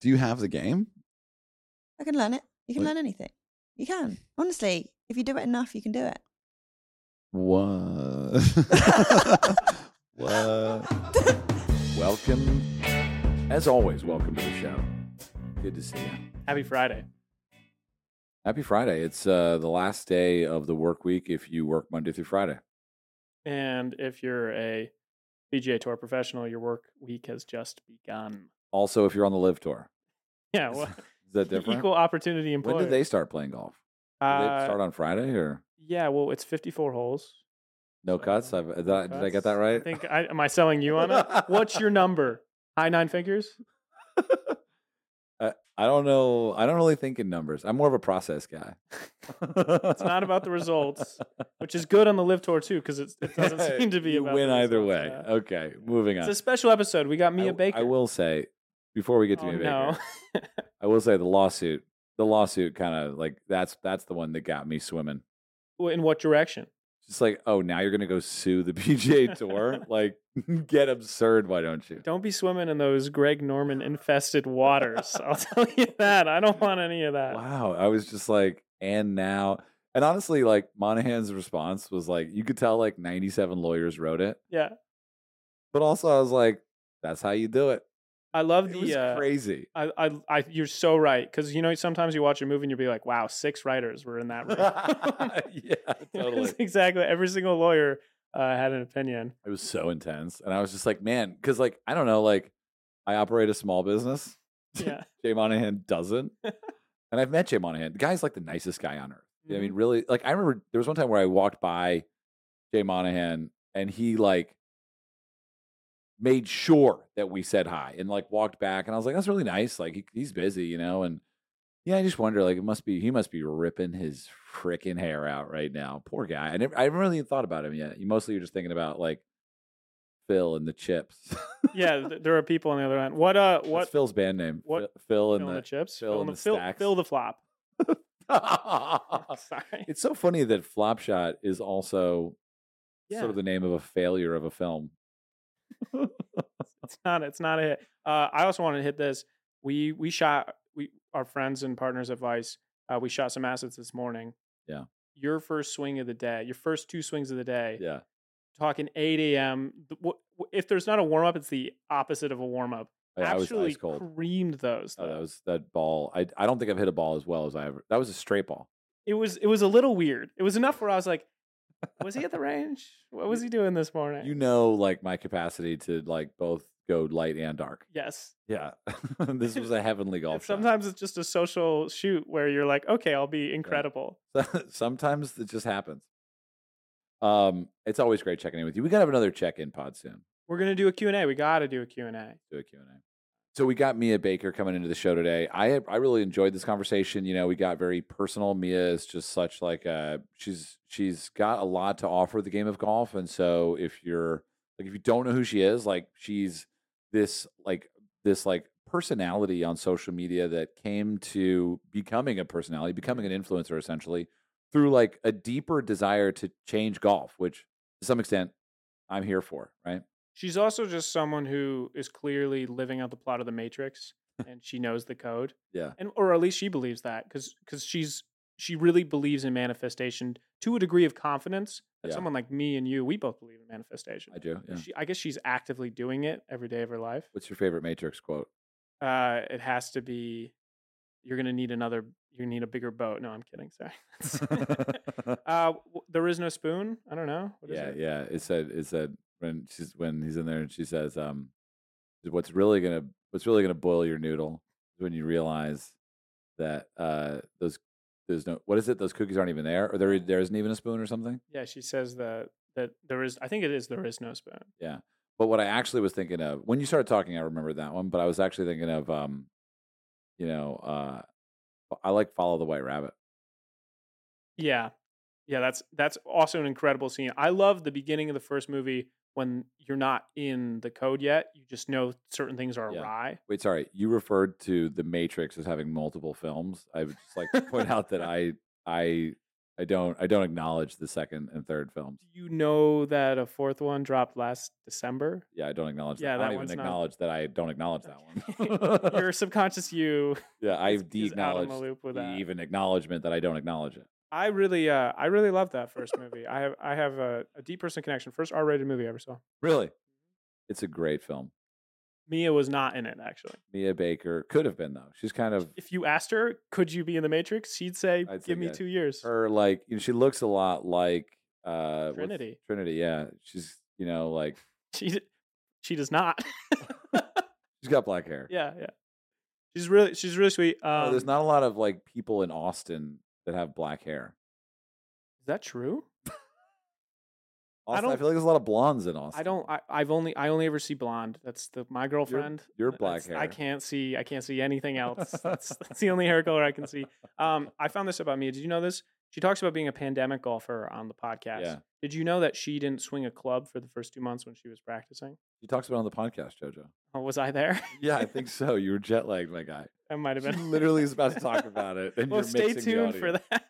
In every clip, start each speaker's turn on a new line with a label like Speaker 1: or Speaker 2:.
Speaker 1: Do you have the game?
Speaker 2: I can learn it. You can
Speaker 1: Like-
Speaker 2: learn anything. You can. Honestly, if you do it enough, you can do it.
Speaker 1: What? what?
Speaker 2: Uh.
Speaker 1: Welcome. As always, welcome to the show. Good to see you.
Speaker 3: Happy Friday.
Speaker 1: Happy Friday. It's uh, the last day of the work week if you work Monday through Friday.
Speaker 3: And if you're a PGA Tour professional, your work week has just begun.
Speaker 1: Also, if you're on the live tour.
Speaker 3: Yeah,
Speaker 1: Is-
Speaker 3: well,
Speaker 1: Is that different?
Speaker 3: equal opportunity employer.
Speaker 1: when did they start playing golf? Did they
Speaker 3: Uh,
Speaker 1: start on Friday or
Speaker 3: yeah, well, it's 54 holes.
Speaker 1: no
Speaker 3: so-
Speaker 1: cuts? I've, did, I, did I get that
Speaker 3: uh, Cuts.
Speaker 1: right?
Speaker 3: I think I, am I selling you on it? What's your number? High nine figures?
Speaker 1: I, I don't know. I don't really think in numbers. I'm more of a process guy.
Speaker 3: It's not about the results, which is good on the live tour too, because it doesn't seem to be
Speaker 1: you
Speaker 3: about
Speaker 1: win
Speaker 3: the
Speaker 1: either
Speaker 3: results,
Speaker 1: way.
Speaker 3: yeah.
Speaker 1: Okay, moving
Speaker 3: It's
Speaker 1: on.
Speaker 3: a special episode. We got
Speaker 1: I
Speaker 3: Mia
Speaker 1: w-
Speaker 3: Baker.
Speaker 1: I will say before we get to
Speaker 3: Oh,
Speaker 1: Mia Baker,
Speaker 3: no.
Speaker 1: I will say the lawsuit. The lawsuit kind of like that's that's the one that got me swimming.
Speaker 3: Well, In what direction?
Speaker 1: Just like, oh, now you're gonna go sue the PGA Tour? like, get absurd! Why don't you?
Speaker 3: Don't be swimming in those Greg Norman infested waters. I'll tell you that. I don't uh want any of that.
Speaker 1: Wow, I was just like, and now, and honestly, like Monahan's response was like, you could tell like 97 lawyers wrote it,
Speaker 3: Yeah.
Speaker 1: but also I was like, that's how you do it.
Speaker 3: I love
Speaker 1: It was
Speaker 3: the uh,
Speaker 1: crazy.
Speaker 3: I, I I you're so right cuz you know sometimes you watch a movie and you'll be like, "Wow, six writers were in that room."
Speaker 1: yeah, totally.
Speaker 3: exactly. Every single lawyer uh, had an opinion.
Speaker 1: It was so intense. And I was just like, man, because like, I don't know, like, I operate a small business.
Speaker 3: Yeah.
Speaker 1: Jay Monahan doesn't. and I've met Jay Monahan. The guy's like the nicest guy on earth. You know what I mean, really, like, I remember there was one time where I walked by Jay Monahan and he like made sure that we said hi and like walked back. And I was like, that's really nice. Like, he, he's busy, you know? And yeah, I just wonder, like, it must be, he must be ripping his freaking hair out right now. Poor guy. I never, I haven't really thought about him yet. You mostly are just thinking about like Phil and the chips.
Speaker 3: yeah, th- there are people on the other end. What uh
Speaker 1: What's
Speaker 3: what
Speaker 1: Phil's band name?
Speaker 3: what-
Speaker 1: Phil, Phil
Speaker 3: Fill
Speaker 1: and
Speaker 3: in the
Speaker 1: the,
Speaker 3: chips?
Speaker 1: fill
Speaker 3: Fill
Speaker 1: in
Speaker 3: in the
Speaker 1: the
Speaker 3: fill,
Speaker 1: stacks.
Speaker 3: fill the flop. Sorry.
Speaker 1: It's so funny that Flop Shot is also
Speaker 3: Yeah.
Speaker 1: sort of the name of a failure of a film.
Speaker 3: it's not it's not a hit. Uh, I also wanted to hit this. We we shot we our friends and partners at Vice. Uh, we shot some assets this morning.
Speaker 1: Yeah.
Speaker 3: Your first swing of the day, your first two swings of the day.
Speaker 1: Yeah.
Speaker 3: Talking 8 a.m. th- wh- wh- If there's not a warm up, it's the opposite of a warm up.
Speaker 1: Oh, I, I was
Speaker 3: Absolutely
Speaker 1: ice cold.
Speaker 3: creamed those.
Speaker 1: Oh, that
Speaker 3: though.
Speaker 1: was that ball. I I don't think I've hit a ball as well as I ever. That was a straight ball.
Speaker 3: it was it was a little weird. It was enough where I was like, was he at the range? What was he doing this morning?
Speaker 1: You know, like my capacity to like both go light and dark.
Speaker 3: yes.
Speaker 1: Yeah, this was a heavenly
Speaker 3: And
Speaker 1: golf. shot.
Speaker 3: Sometimes it's just a social shoot where you're like, okay, I'll be incredible.
Speaker 1: sometimes it just happens. Um, it's always great checking in with you. We gotta have another check in pod soon.
Speaker 3: We're gonna do a Q and A. We gotta do a Q and A.
Speaker 1: do a Q&A. So we got Mia Baker coming into the show today. I I really enjoyed this conversation. You know, we got very personal. Mia is just such like a she's she's got a lot to offer the game of golf and so if you're like if you don't know who she is, like she's this like this like personality on social media that came to becoming a personality, becoming an influencer essentially through like a deeper desire to change golf, which to some extent I'm here for, right?
Speaker 3: She's also just someone who is clearly living out the plot of the Matrix, and she knows the code,
Speaker 1: Yeah.
Speaker 3: and or at least she believes that because she's she really believes in manifestation to a degree of confidence that
Speaker 1: Yeah.
Speaker 3: someone like me and you we both believe in manifestation.
Speaker 1: I do. Yeah.
Speaker 3: She, I guess she's actively doing it every day of her life.
Speaker 1: What's your favorite Matrix quote?
Speaker 3: Uh, it has to be. You're gonna need another. You need a bigger boat. No, I'm kidding. Sorry. uh, w- there is no spoon. I don't know. What is
Speaker 1: yeah,
Speaker 3: it?
Speaker 1: yeah. It said it said when she's when he's in there and she says, um, "What's really gonna what's really gonna boil your noodle is when you realize that uh those there's no what is it those cookies aren't even there or there i- there isn't even a spoon or something."
Speaker 3: Yeah, she says that that there is. I think it is. There is no spoon.
Speaker 1: But what I actually was thinking of when you started talking, I remembered that one. But I was actually thinking of um, you know, uh, I like follow the white rabbit.
Speaker 3: Yeah, yeah. That's that's also an incredible scene. I love the beginning of the first movie when you're not in the code yet. You just know certain things are
Speaker 1: Yeah.
Speaker 3: awry.
Speaker 1: Wait, sorry. You referred to the Matrix as having multiple films. I would just like to point out that I I I don't I don't acknowledge the second and third films.
Speaker 3: Do you know that a fourth one dropped last December?
Speaker 1: Yeah, I don't acknowledge
Speaker 3: Yeah,
Speaker 1: that.
Speaker 3: that
Speaker 1: I don't
Speaker 3: one's
Speaker 1: even
Speaker 3: not-
Speaker 1: acknowledge that I don't acknowledge
Speaker 3: Okay.
Speaker 1: that one.
Speaker 3: Your subconscious you
Speaker 1: yeah,
Speaker 3: is,
Speaker 1: I've de
Speaker 3: is out on
Speaker 1: acknowledged
Speaker 3: the loop with
Speaker 1: the
Speaker 3: that.
Speaker 1: even acknowledgement that I don't acknowledge it.
Speaker 3: I really, uh, I really love that first movie. I have, I have a, a deep personal connection. First R-rated movie I ever saw.
Speaker 1: Really?
Speaker 3: Mm-hmm.
Speaker 1: It's a great film.
Speaker 3: Mia was not in it actually.
Speaker 1: Mia Baker could have been though. She's kind of
Speaker 3: If you asked her, could you be in the Matrix? She'd say,
Speaker 1: I'd say
Speaker 3: "Give me
Speaker 1: yeah.
Speaker 3: two years."
Speaker 1: her like you know, she looks a lot like uh what's-
Speaker 3: Trinity.
Speaker 1: Trinity, yeah. She's you know like
Speaker 3: She, d- she does not.
Speaker 1: she's got black hair.
Speaker 3: yeah, yeah. She's really, she's really sweet. Um,
Speaker 1: Oh, there's not a lot of like people in Austin that have black hair.
Speaker 3: Is that true?
Speaker 1: Austin, I,
Speaker 3: don't-
Speaker 1: feel like there's a lot of blondes in Austin.
Speaker 3: I don't. I, I've only. I only ever see blonde. That's the my girlfriend.
Speaker 1: your
Speaker 3: That's-
Speaker 1: black
Speaker 3: I
Speaker 1: hair.
Speaker 3: can't see. I can't see anything else. That's, that's the only hair color I can see. Um, I found this about Mia. Did you know this? She talks about being a pandemic golfer on the podcast.
Speaker 1: Yeah.
Speaker 3: Did you know that she didn't swing a club for the first two months when she was practicing?
Speaker 1: She talks about it on the podcast, Jojo.
Speaker 3: Oh, was I there?
Speaker 1: Yeah, I think so. You were jet lagged, my guy.
Speaker 3: I might have
Speaker 1: She
Speaker 3: been.
Speaker 1: literally is about to talk about it, and
Speaker 3: well,
Speaker 1: you're
Speaker 3: stay
Speaker 1: mixing the
Speaker 3: tuned for
Speaker 1: audio.
Speaker 3: that.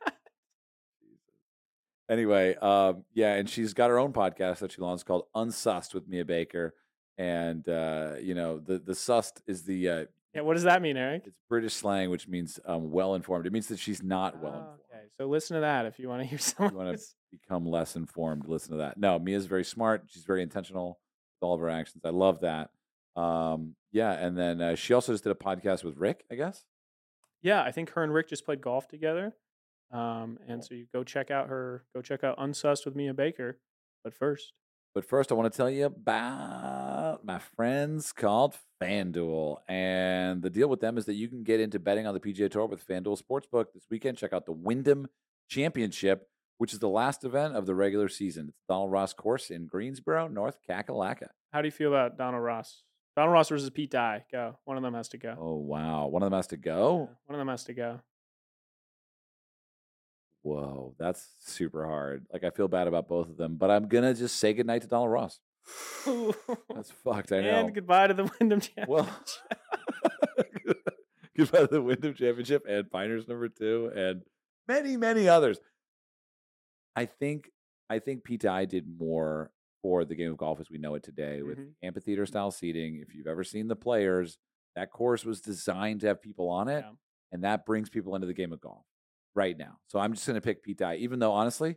Speaker 1: Anyway, um, yeah, and she's got her own podcast that she launched called Unsussed with Mia Baker, and uh, you know the the sussed is the uh,
Speaker 3: yeah. What does that mean, Eric?
Speaker 1: it's British slang, which means um, well informed. It means that she's not uh, well informed.
Speaker 3: Ah, okay. So listen to that if you want to hear someone.
Speaker 1: wanna-
Speaker 3: who's-
Speaker 1: become less informed. Listen to that. No, Mia's very smart. She's very intentional with all of her actions. I love that. Um, yeah, and then uh, she also just did a podcast with Rick, I guess.
Speaker 3: yeah, I think her and Rick just played golf together. Um, and so you go check out her, go check out Unsussed with Mia Baker. But first,
Speaker 1: But first, I want to tell you about my friends called FanDuel. And the deal with them is that you can get into betting on the PGA Tour with FanDuel Sportsbook this weekend. Check out the Wyndham Championship, which is the last event of the regular season. It's Donald Ross Course in Greensboro, North Kakalaka.
Speaker 3: how do you feel about Donald Ross? Donald Ross versus Pete Dye. Go. One of them has to go.
Speaker 1: Oh, wow. One of them has to
Speaker 3: Yeah,
Speaker 1: go.
Speaker 3: one of them has to go.
Speaker 1: Whoa, that's super hard. Like I feel bad about both of them, but I'm gonna just say goodnight to Donald Ross. That's fucked. I know.
Speaker 3: and goodbye to the Wyndham Championship.
Speaker 1: well, goodbye to the Wyndham Championship and Piners number two and many, many others. I think I think PTI did more for the game of golf as we know it today with
Speaker 3: Mhm.
Speaker 1: amphitheater style seating. If you've ever seen the players, that course was designed to have people on it
Speaker 3: Yeah.
Speaker 1: and that brings people into the game of golf right now. So I'm just going to pick Pete Dye, even though honestly,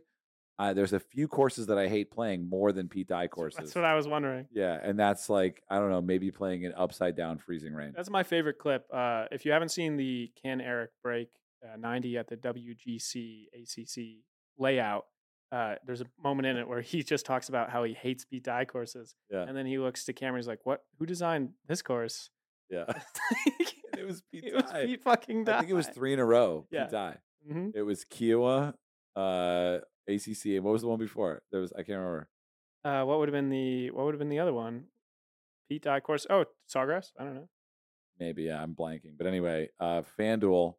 Speaker 1: uh, there's a few courses that I hate playing more than Pete Dye courses.
Speaker 3: That's what I was wondering.
Speaker 1: yeah, and that's like I don't know, maybe playing in upside down freezing rain.
Speaker 3: That's my favorite clip. Uh, if you haven't seen the Can Eric break uh, 90 at the WGC ACC layout, uh, there's a moment in it where he just talks about how he hates beat die courses,
Speaker 1: Yeah.
Speaker 3: and then he looks to camera. He's like, "What? Who designed this course?"
Speaker 1: yeah,
Speaker 3: it
Speaker 1: it was Pete
Speaker 3: was
Speaker 1: Dye.
Speaker 3: Pete fucking die.
Speaker 1: I think it was three in a row.
Speaker 3: Yeah.
Speaker 1: Pete Dye.
Speaker 3: hmm
Speaker 1: It was Kiowa, uh, ACC, and what was the one before? it? There was I can't remember.
Speaker 3: Uh, what would have been the What would have been the other one? Pete die course. Oh, Sawgrass. I don't know.
Speaker 1: Maybe yeah, I'm blanking, but anyway, uh, FanDuel.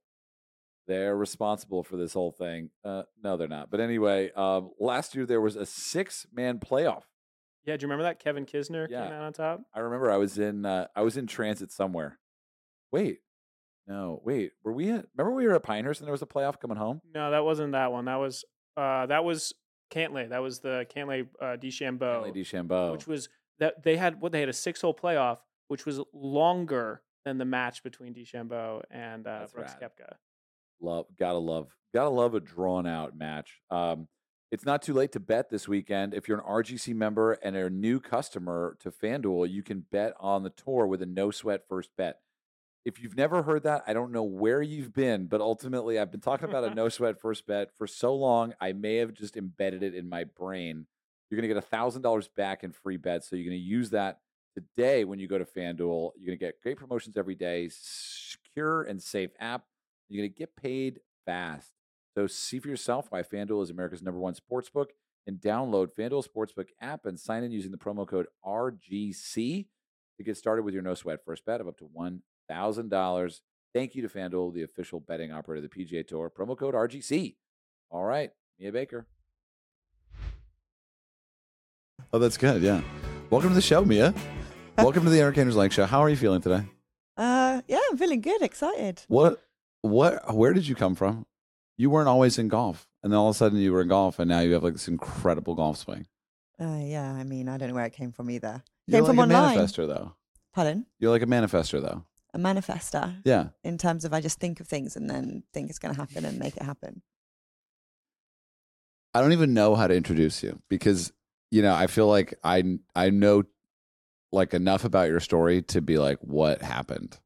Speaker 1: They're responsible for this whole thing. Uh, no, they're not. But anyway, um, last year there was a six-man playoff
Speaker 3: Yeah, do you remember that Kevin Kisner
Speaker 1: Yeah.
Speaker 3: came out on top?
Speaker 1: I remember I was in uh, I was in transit somewhere. Wait, no, wait. Were we at? Remember we were at Pinehurst and there was a playoff coming home.
Speaker 3: No, that wasn't that one. That was uh, that was Cantley. That was the Cantley uh,
Speaker 1: Oh,
Speaker 3: DeChambeau.
Speaker 1: Lady Shambo.
Speaker 3: which was that they had what they had a six hole playoff, which was longer than the match between DeChambeau and uh,
Speaker 1: That's
Speaker 3: Brooks
Speaker 1: rad.
Speaker 3: Koepka.
Speaker 1: love, gotta love, gotta love a drawn out match. Um, it's not too late to bet this weekend. If you're an RGC member and a new customer to FanDuel, you can bet on the tour with a no sweat first bet. If you've never heard that, I don't know where you've been, but ultimately, I've been talking about a no sweat first bet for so long, I may have just embedded it in my brain. You're going to get $1,000 back in free bets. So you're going to use that today when you go to FanDuel. You're going to get great promotions every day, secure and safe app. You're going to get paid fast. So see for yourself why FanDuel is America's number one sportsbook and download FanDuel Sportsbook app and sign in using the promo code RGC to get started with your no sweat first bet of up to $1,000. Thank you to FanDuel, the official betting operator of the PGA Tour. Promo code RGC. All right, Mia Baker. Oh, that's good. Yeah. Welcome to the show, Mia. Welcome to the Entertainers Like Show. How are you feeling today?
Speaker 2: Uh, yeah, I'm feeling good, excited.
Speaker 1: What? What? Where did you come from? You weren't always in golf.
Speaker 4: and then all of a sudden you were in golf, and now you have like this incredible golf swing.
Speaker 2: Uh, yeah, I mean, I don't know where it came from either. It
Speaker 4: You're
Speaker 2: came
Speaker 4: like
Speaker 2: from
Speaker 4: a
Speaker 2: online.
Speaker 4: manifester, though.
Speaker 2: Pardon?
Speaker 4: You're like a manifester, though.
Speaker 2: A manifester
Speaker 4: Yeah,
Speaker 2: in terms of I just think of things and then think it's going to happen and make it happen.
Speaker 4: I don't even know how to introduce you because you know I feel like I I know like enough about your story to be like what happened.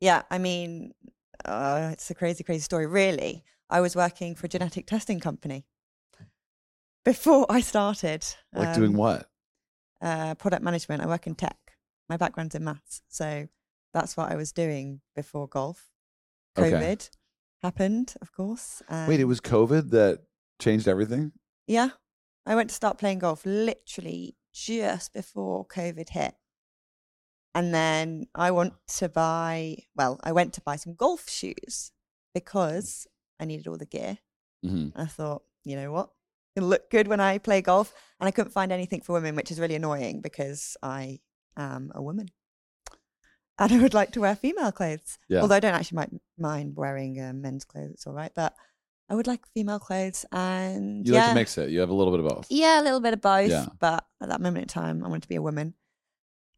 Speaker 2: Yeah, I mean, uh, it's a crazy, crazy story, really. I was working for a genetic testing company before I started.
Speaker 4: Like doing
Speaker 2: um,
Speaker 4: what?
Speaker 2: Uh, product management. I work in tech. My background's in maths. So that's what I was doing before golf.
Speaker 4: Okay.
Speaker 2: COVID happened, of course.
Speaker 4: Wait, it
Speaker 2: and-
Speaker 4: was COVID that changed everything.
Speaker 2: Yeah. I went to start playing golf literally just before COVID hit. And then I want to buy, well, I went to buy some golf shoes because I needed all the gear.
Speaker 4: Mm-hmm.
Speaker 2: I thought, you know what? It'll look good when I play golf. And I couldn't find anything for women, which is really annoying because I am a woman. And I would like to wear female clothes.
Speaker 4: Yeah.
Speaker 2: Although I don't actually mi- mind wearing uh, men's clothes, it's all right. But I would like female clothes. And
Speaker 4: You
Speaker 2: yeah,
Speaker 4: like to mix it. You have a little bit of both.
Speaker 2: yeah, a little bit of both.
Speaker 4: Yeah.
Speaker 2: But at that moment in time, I wanted to be a woman.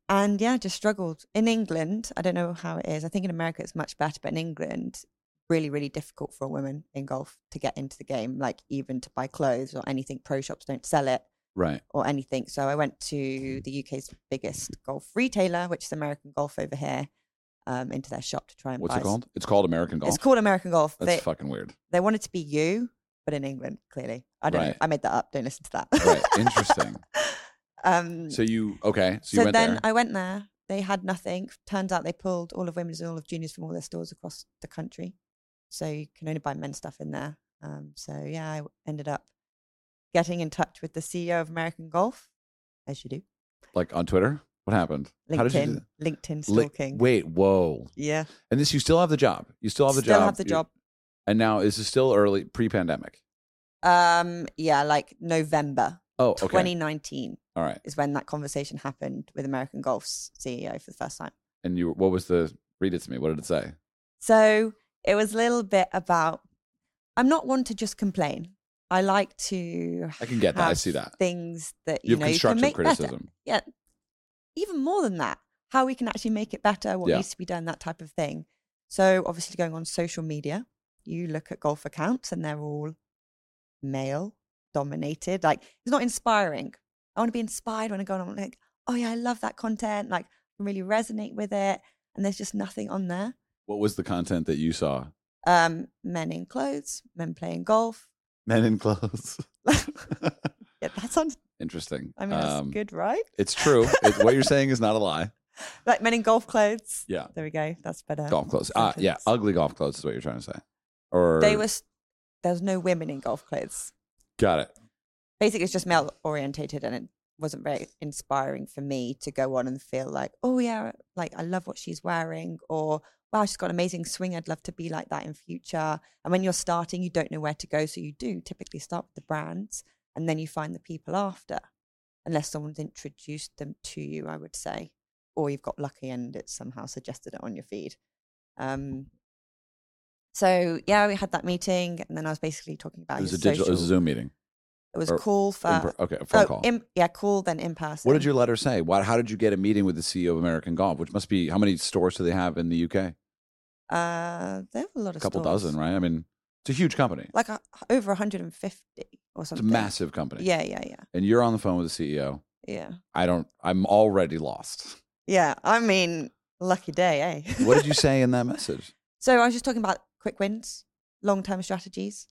Speaker 2: And yeah, just struggled. In England, I don't know how it is. I think in America it's much better, but in England, really, really difficult for a woman in golf to get into the game, like even to buy clothes or anything. Pro shops don't sell it
Speaker 4: Right.
Speaker 2: or anything. So I went to the UK's biggest golf retailer, which is American Golf over here, um, into their shop to try and
Speaker 4: What's
Speaker 2: buy.
Speaker 4: it called? It's called American Golf.
Speaker 2: It's called American Golf.
Speaker 4: That's
Speaker 2: They,
Speaker 4: fucking weird.
Speaker 2: they wanted to be you, but in England, clearly. I don't know.
Speaker 4: Right.
Speaker 2: I made that up. Don't listen to that.
Speaker 4: Right. Interesting.
Speaker 2: Um,
Speaker 4: So you okay? So you
Speaker 2: so
Speaker 4: went
Speaker 2: then
Speaker 4: there.
Speaker 2: I went there. They had nothing. Turns out they pulled all of women's and all of juniors from all their stores across the country. So you can only buy men's stuff in there. Um, so yeah, I ended up getting in touch with the CEO of American Golf, as you do.
Speaker 4: like on Twitter. What happened? How did you do
Speaker 2: LinkedIn,
Speaker 4: that?
Speaker 2: LinkedIn
Speaker 4: Li-
Speaker 2: stalking.
Speaker 4: wait, whoa.
Speaker 2: yeah,
Speaker 4: And this, you still have the job. You still have the
Speaker 2: still
Speaker 4: job.
Speaker 2: have the
Speaker 4: You-
Speaker 2: job.
Speaker 4: And now is it still early pre-pandemic?
Speaker 2: Um, yeah, like November
Speaker 4: Oh, okay.
Speaker 2: 2019
Speaker 4: All right.
Speaker 2: is when that conversation happened with American Golf's CEO for the first time.
Speaker 4: And you, what was the? Read it to me. What did it say?
Speaker 2: So it was a little bit about I'm not one to just complain. I like to
Speaker 4: I can get that. I
Speaker 2: have
Speaker 4: see that.
Speaker 2: things that
Speaker 4: You,
Speaker 2: you,
Speaker 4: have
Speaker 2: know you can
Speaker 4: constructive
Speaker 2: make better.
Speaker 4: criticism.
Speaker 2: Even more than that, how we can actually make it better, what
Speaker 4: Yeah.
Speaker 2: needs to be done, that type of thing. So obviously going on social media, you look at golf accounts and they're all male dominated. Like it's not inspiring. I want to be inspired when I go on I'm like, oh yeah, I love that content. Like I really resonate with it. And there's just nothing on there.
Speaker 4: What was the content that you saw?
Speaker 2: um, men in clothes, men playing golf.
Speaker 4: Men in clothes.
Speaker 2: Yeah, that sounds.
Speaker 4: Interesting.
Speaker 2: I mean, that's
Speaker 4: Um,
Speaker 2: good, right?
Speaker 4: It's true. It, what you're saying is not a lie.
Speaker 2: Like men in golf clothes.
Speaker 4: Yeah.
Speaker 2: There we go. That's better.
Speaker 4: golf clothes. Ah, yeah,
Speaker 2: sentence.
Speaker 4: ugly golf clothes is what you're trying to say. Or
Speaker 2: They were. s- There was no women in golf clothes.
Speaker 4: got it.
Speaker 2: Basically, it's just male orientated, and it wasn't very inspiring for me to go on and feel like, oh yeah, like I love what she's wearing, or wow, she's got an amazing swing. I'd love to be like that in future. And when you're starting, you don't know where to go, so you do typically start with the brands, and then you find the people after. unless someone's introduced them to you, I would say, or you've got lucky and it's somehow suggested it on your feed. Um, so yeah, we had that meeting, and then I was basically talking about
Speaker 4: It was a
Speaker 2: his
Speaker 4: digital. It was a
Speaker 2: social-
Speaker 4: Zoom meeting.
Speaker 2: It was
Speaker 4: or
Speaker 2: call for
Speaker 4: In per- okay, a phone
Speaker 2: oh,
Speaker 4: call.
Speaker 2: in- yeah, call then in person.
Speaker 4: what did your letter say? Why, how did you get a meeting with the CEO of American Golf? Which must be how many stores do they have in the UK? A
Speaker 2: Uh, there were a lot of
Speaker 4: couple
Speaker 2: stores.
Speaker 4: dozen, right? I mean, it's a huge company.
Speaker 2: Like uh, over 150 or
Speaker 4: It's
Speaker 2: something.
Speaker 4: a massive company.
Speaker 2: Yeah, yeah, yeah,
Speaker 4: And you're on the phone with the CEO.
Speaker 2: yeah,
Speaker 4: I don't. I'm already lost.
Speaker 2: yeah. I mean, lucky day, eh?
Speaker 4: What did you say in that message?
Speaker 2: So I was just talking about quick wins, long term strategies.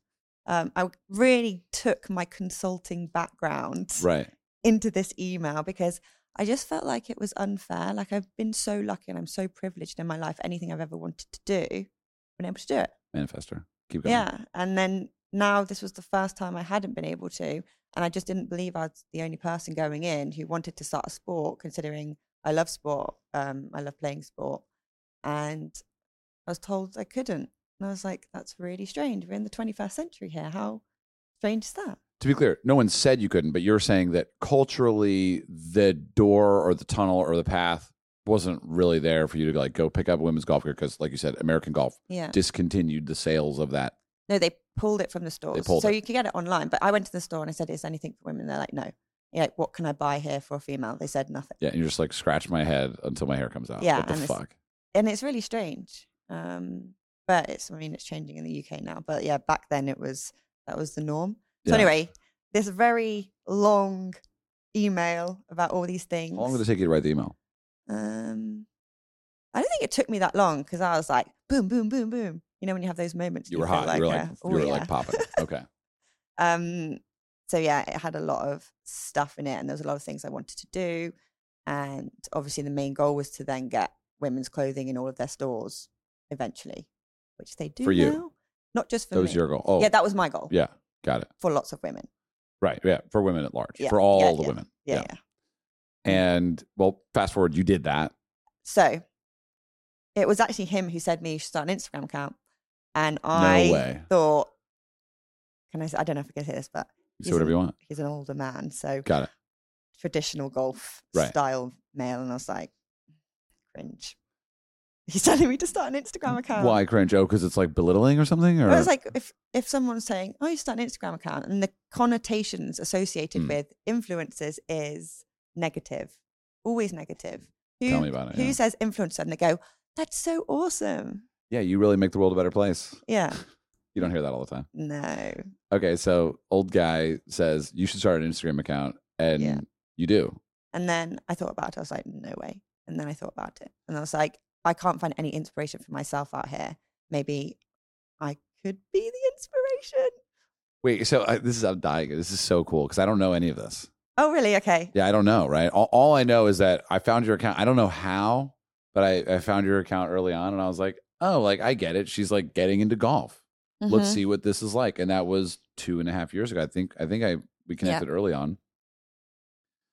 Speaker 2: Um, I really took my consulting background
Speaker 4: Right.
Speaker 2: into this email because I just felt like it was unfair. Like I've been so lucky and I'm so privileged in my life. Anything I've ever wanted to do, I've been able to do it.
Speaker 4: Manifester. Keep going.
Speaker 2: Yeah. And then now this was the first time I hadn't been able to. And I just didn't believe I was the only person going in who wanted to start a sport, considering I love sport. Um, I love playing sport. And I was told I couldn't. And I was like, that's really strange. We're in the 21st century here. How strange is that?
Speaker 4: To be clear, no one said you couldn't, but you're saying that culturally, the door or the tunnel or the path wasn't really there for you to like go pick up a women's golf gear because, like you said, American Golf
Speaker 2: Yeah.
Speaker 4: discontinued the sales of that
Speaker 2: No, they pulled it from the stores.
Speaker 4: pulled
Speaker 2: So
Speaker 4: it.
Speaker 2: you could get it online. But I went to the store and I said, Is anything for women? They're like, No. You're like, what can I buy here for a female? They said nothing.
Speaker 4: Yeah, and you're just like scratch my head until my hair comes out.
Speaker 2: Yeah,
Speaker 4: what the
Speaker 2: and it's-
Speaker 4: fuck?
Speaker 2: And it's really strange. Um, but it's I mean it's changing in the UK now. But yeah, back then it was that was the norm. So
Speaker 4: Yeah.
Speaker 2: anyway, this very long email about all these things.
Speaker 4: How long did it take you to write the email?
Speaker 2: Um, I don't think it took me that long because I was like, boom, boom, boom, boom. You know, when you have those moments,
Speaker 4: You
Speaker 2: and
Speaker 4: were
Speaker 2: feel
Speaker 4: hot. you were like,
Speaker 2: uh,
Speaker 4: you
Speaker 2: oh,
Speaker 4: were
Speaker 2: yeah.
Speaker 4: like popping. Okay.
Speaker 2: Um, so yeah, it had a lot of stuff in it, and there was a lot of things I wanted to do, and obviously the main goal was to then get women's clothing in all of their stores eventually, which they do
Speaker 4: For you.
Speaker 2: now. Not just for
Speaker 4: that was
Speaker 2: me.
Speaker 4: your goal. Oh,
Speaker 2: Yeah, that was my goal
Speaker 4: yeah. Got it.
Speaker 2: for lots of women.
Speaker 4: Right. Yeah. For women at large.
Speaker 2: Yeah,
Speaker 4: For all
Speaker 2: yeah,
Speaker 4: the
Speaker 2: yeah,
Speaker 4: women.
Speaker 2: Yeah, yeah. Mm.
Speaker 4: And well, fast forward, you did that.
Speaker 2: So it was actually him who said me you should start an Instagram account, and I
Speaker 4: no way.
Speaker 2: thought, can I? Say, I don't know if I can say this, but
Speaker 4: You say whatever you want.
Speaker 2: he's an older man, so
Speaker 4: Got it.
Speaker 2: traditional golf
Speaker 4: Right.
Speaker 2: style male, and I was like, cringe. He's telling me to start an Instagram account.
Speaker 4: Why cringe? Oh, because it's like belittling or something? Or
Speaker 2: But it's like if if someone's saying, "Oh, you start an Instagram account," and the connotations associated
Speaker 4: Hmm.
Speaker 2: with influencers is negative, always negative. Who,
Speaker 4: Tell me about it,
Speaker 2: Who
Speaker 4: yeah.
Speaker 2: says influencer and they go, "That's so awesome."
Speaker 4: yeah, you really make the world a better place.
Speaker 2: Yeah,
Speaker 4: You don't hear that all the time.
Speaker 2: no,
Speaker 4: Okay, so old guy says you should start an Instagram account, and
Speaker 2: Yeah.
Speaker 4: you do.
Speaker 2: And then I thought about it. I was like, no way. And then I thought about it. And I was like, I can't find any inspiration for myself out here. Maybe I could be the inspiration.
Speaker 4: Wait, so I, this is I'm dying. This is so cool because I don't know any of this.
Speaker 2: Oh, really? Okay.
Speaker 4: Yeah, I don't know, right? All, all I know is that I found your account. I don't know how, but I, I found your account early on, and I was like, oh, like I get it. She's like getting into golf. Let's
Speaker 2: Mm-hmm.
Speaker 4: see what this is like, and that was two and a half years ago. I think I think I we connected early on.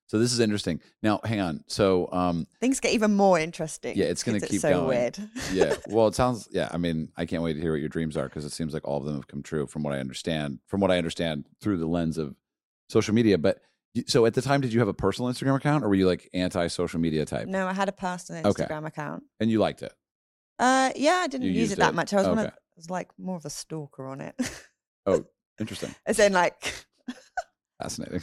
Speaker 4: So this is interesting. Now, hang on. So, um,
Speaker 2: Things get even more interesting.
Speaker 4: Yeah, it's gonna
Speaker 2: 'cause
Speaker 4: keep
Speaker 2: so
Speaker 4: going.
Speaker 2: weird.
Speaker 4: yeah. Well, it sounds. Yeah. I mean, I can't wait to hear what your dreams are because it seems like all of them have come true from what I understand. From what I understand through the lens of social media. But you- so at the time, did you have a personal Instagram account or were you like anti-social media type?
Speaker 2: no, I had a personal
Speaker 4: Okay.
Speaker 2: Instagram account.
Speaker 4: And you liked it.
Speaker 2: Uh, yeah, I didn't
Speaker 4: You
Speaker 2: use
Speaker 4: used
Speaker 2: it that
Speaker 4: it.
Speaker 2: much. I was one of,
Speaker 4: Okay.
Speaker 2: I was like more of a stalker on it.
Speaker 4: Interesting.
Speaker 2: As in, like,
Speaker 4: Fascinating.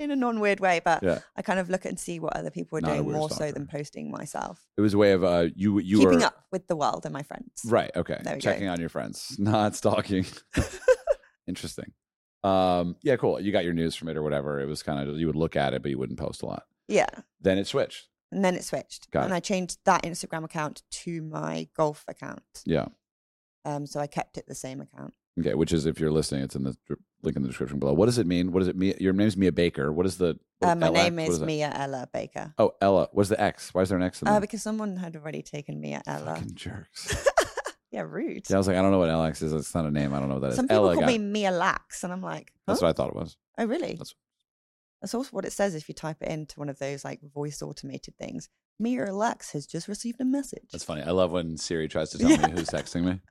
Speaker 2: in a non weird way, but
Speaker 4: Yeah.
Speaker 2: I kind of look and see what other people are
Speaker 4: Not a
Speaker 2: doing
Speaker 4: weird
Speaker 2: more so
Speaker 4: stalker.
Speaker 2: than posting myself.
Speaker 4: It was a way of uh, you you
Speaker 2: Keeping
Speaker 4: were
Speaker 2: up with the world and my friends.
Speaker 4: right. Okay.
Speaker 2: There we go.
Speaker 4: Checking on your friends, not stalking. Interesting. Um. Yeah. Cool. You got your news from it or whatever. It was kind of you would look at it, but you wouldn't post a lot.
Speaker 2: Yeah.
Speaker 4: Then it switched.
Speaker 2: and then it switched
Speaker 4: Got
Speaker 2: and
Speaker 4: it.
Speaker 2: i changed that instagram account to my golf account
Speaker 4: Yeah.
Speaker 2: um so i kept it the same account
Speaker 4: Okay, which is if you're listening, it's in the dr- link in the description below. What does it mean? What does it mean? Your name's Mia Baker. What is the? what-
Speaker 2: uh, my
Speaker 4: LX?
Speaker 2: name
Speaker 4: What
Speaker 2: is
Speaker 4: that?
Speaker 2: mia ella baker
Speaker 4: Oh, Ella. What's the X? Why is there an X in
Speaker 2: uh,
Speaker 4: there?
Speaker 2: because someone had already taken mia ella
Speaker 4: Fucking jerks.
Speaker 2: yeah rude
Speaker 4: Yeah, I was like, I don't know what LX is. It's not a name. I don't know what that is.
Speaker 2: some people
Speaker 4: Ella
Speaker 2: call
Speaker 4: got.
Speaker 2: me mia lax and i'm like huh?
Speaker 4: That's what I thought it was.
Speaker 2: oh really
Speaker 4: that's-
Speaker 2: that's, also what it says if you type it into one of those like voice automated things mia lax has just received a message
Speaker 4: That's funny. I love when Siri tries to tell
Speaker 2: Yeah.
Speaker 4: me who's texting me.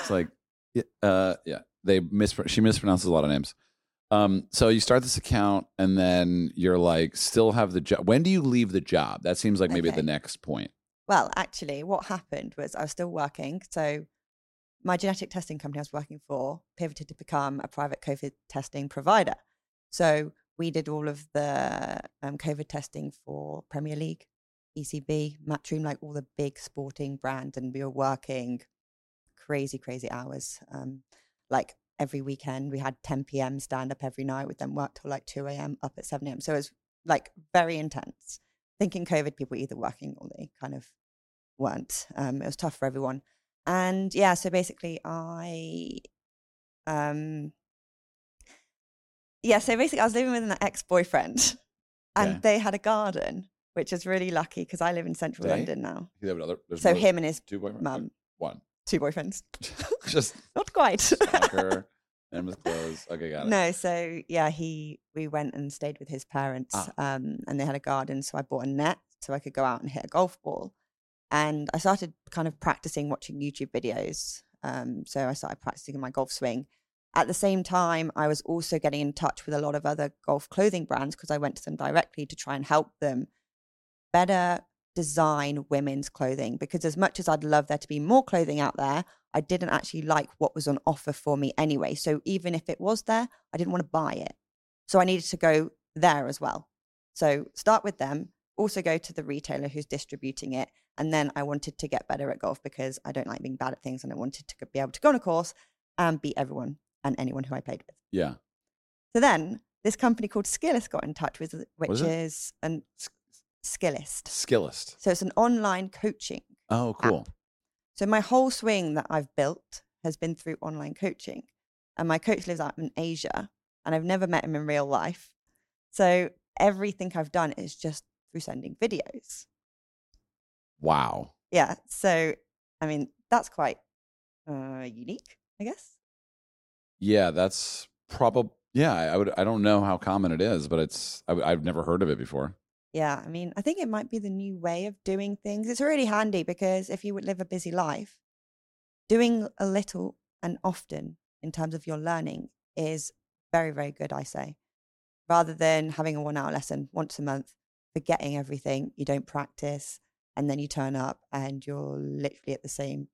Speaker 4: It's like, yeah, uh, yeah. They mispr- she mispronounces a lot of names. Um, so you start this account, and then you're like, still have the job. When do you leave the job? That seems like maybe
Speaker 2: Okay.
Speaker 4: the next point.
Speaker 2: Well, actually, what happened was I was still working. So, my genetic testing company I was working for pivoted to become a private COVID testing provider. So, we did all of the um, COVID testing for Premier League, E ECB, Matchroom, like all the big sporting brands. And we were working crazy, crazy hours. Um, like every weekend, we had 10 p.m. stand up every night. We then worked till like 2 a.m., up at 7 a.m. So, it was like very intense. Thinking COVID, people were either working or they kind of weren't. Um, it was tough for everyone. And yeah, so basically, I, um, yeah, so basically, I was living with an ex boyfriend and
Speaker 4: Okay.
Speaker 2: they had a garden, which is really lucky because I live in central
Speaker 4: They?
Speaker 2: London now.
Speaker 4: You have another- there's
Speaker 2: So,
Speaker 4: more than
Speaker 2: him and his
Speaker 4: two boyfriends,
Speaker 2: mum,
Speaker 4: one.
Speaker 2: two boyfriends.
Speaker 4: just
Speaker 2: Not quite.
Speaker 4: soccer and with clothes. Okay, got it.
Speaker 2: No, so yeah, he we went and stayed with his parents,
Speaker 4: Ah.
Speaker 2: um, and they had a garden. So I bought a net so I could go out and hit a golf ball, and I started kind of practicing watching YouTube videos. Um, so I started practicing my golf swing. At the same time, I was also getting in touch with a lot of other golf clothing brands because I went to them directly to try and help them better design women's clothing because as much as I'd love there to be more clothing out there, I didn't actually like what was on offer for me anyway. So even if it was there, I didn't want to buy it. So I needed to go there as well. So start with them, also go to the retailer who's distributing it. And then I wanted to get better at golf because I don't like being bad at things and I wanted to be able to go on a course and beat everyone and anyone who I played with.
Speaker 4: Yeah.
Speaker 2: So then this company called Skillist got in touch with,
Speaker 4: is
Speaker 2: which
Speaker 4: it?
Speaker 2: is an Skillist.
Speaker 4: Skillist.
Speaker 2: So it's an online coaching
Speaker 4: Oh, cool.
Speaker 2: so my whole swing that I've built has been through online coaching. And my coach lives out in Asia and I've never met him in real life. So everything I've done is just through sending videos.
Speaker 4: Wow.
Speaker 2: Yeah. So, I mean, that's quite uh, unique, I guess.
Speaker 4: Yeah, that's probably. Yeah, I would. I don't know how common it is, but it's. I, have never heard of it before.
Speaker 2: Yeah. I mean, I think it might be the new way of doing things. It's really handy because if you would live a busy life, doing a little and often in terms of your learning is very, very good, I say. Rather than having a one hour lesson once a month, forgetting everything, you don't practice, and then you turn up and you're literally at the same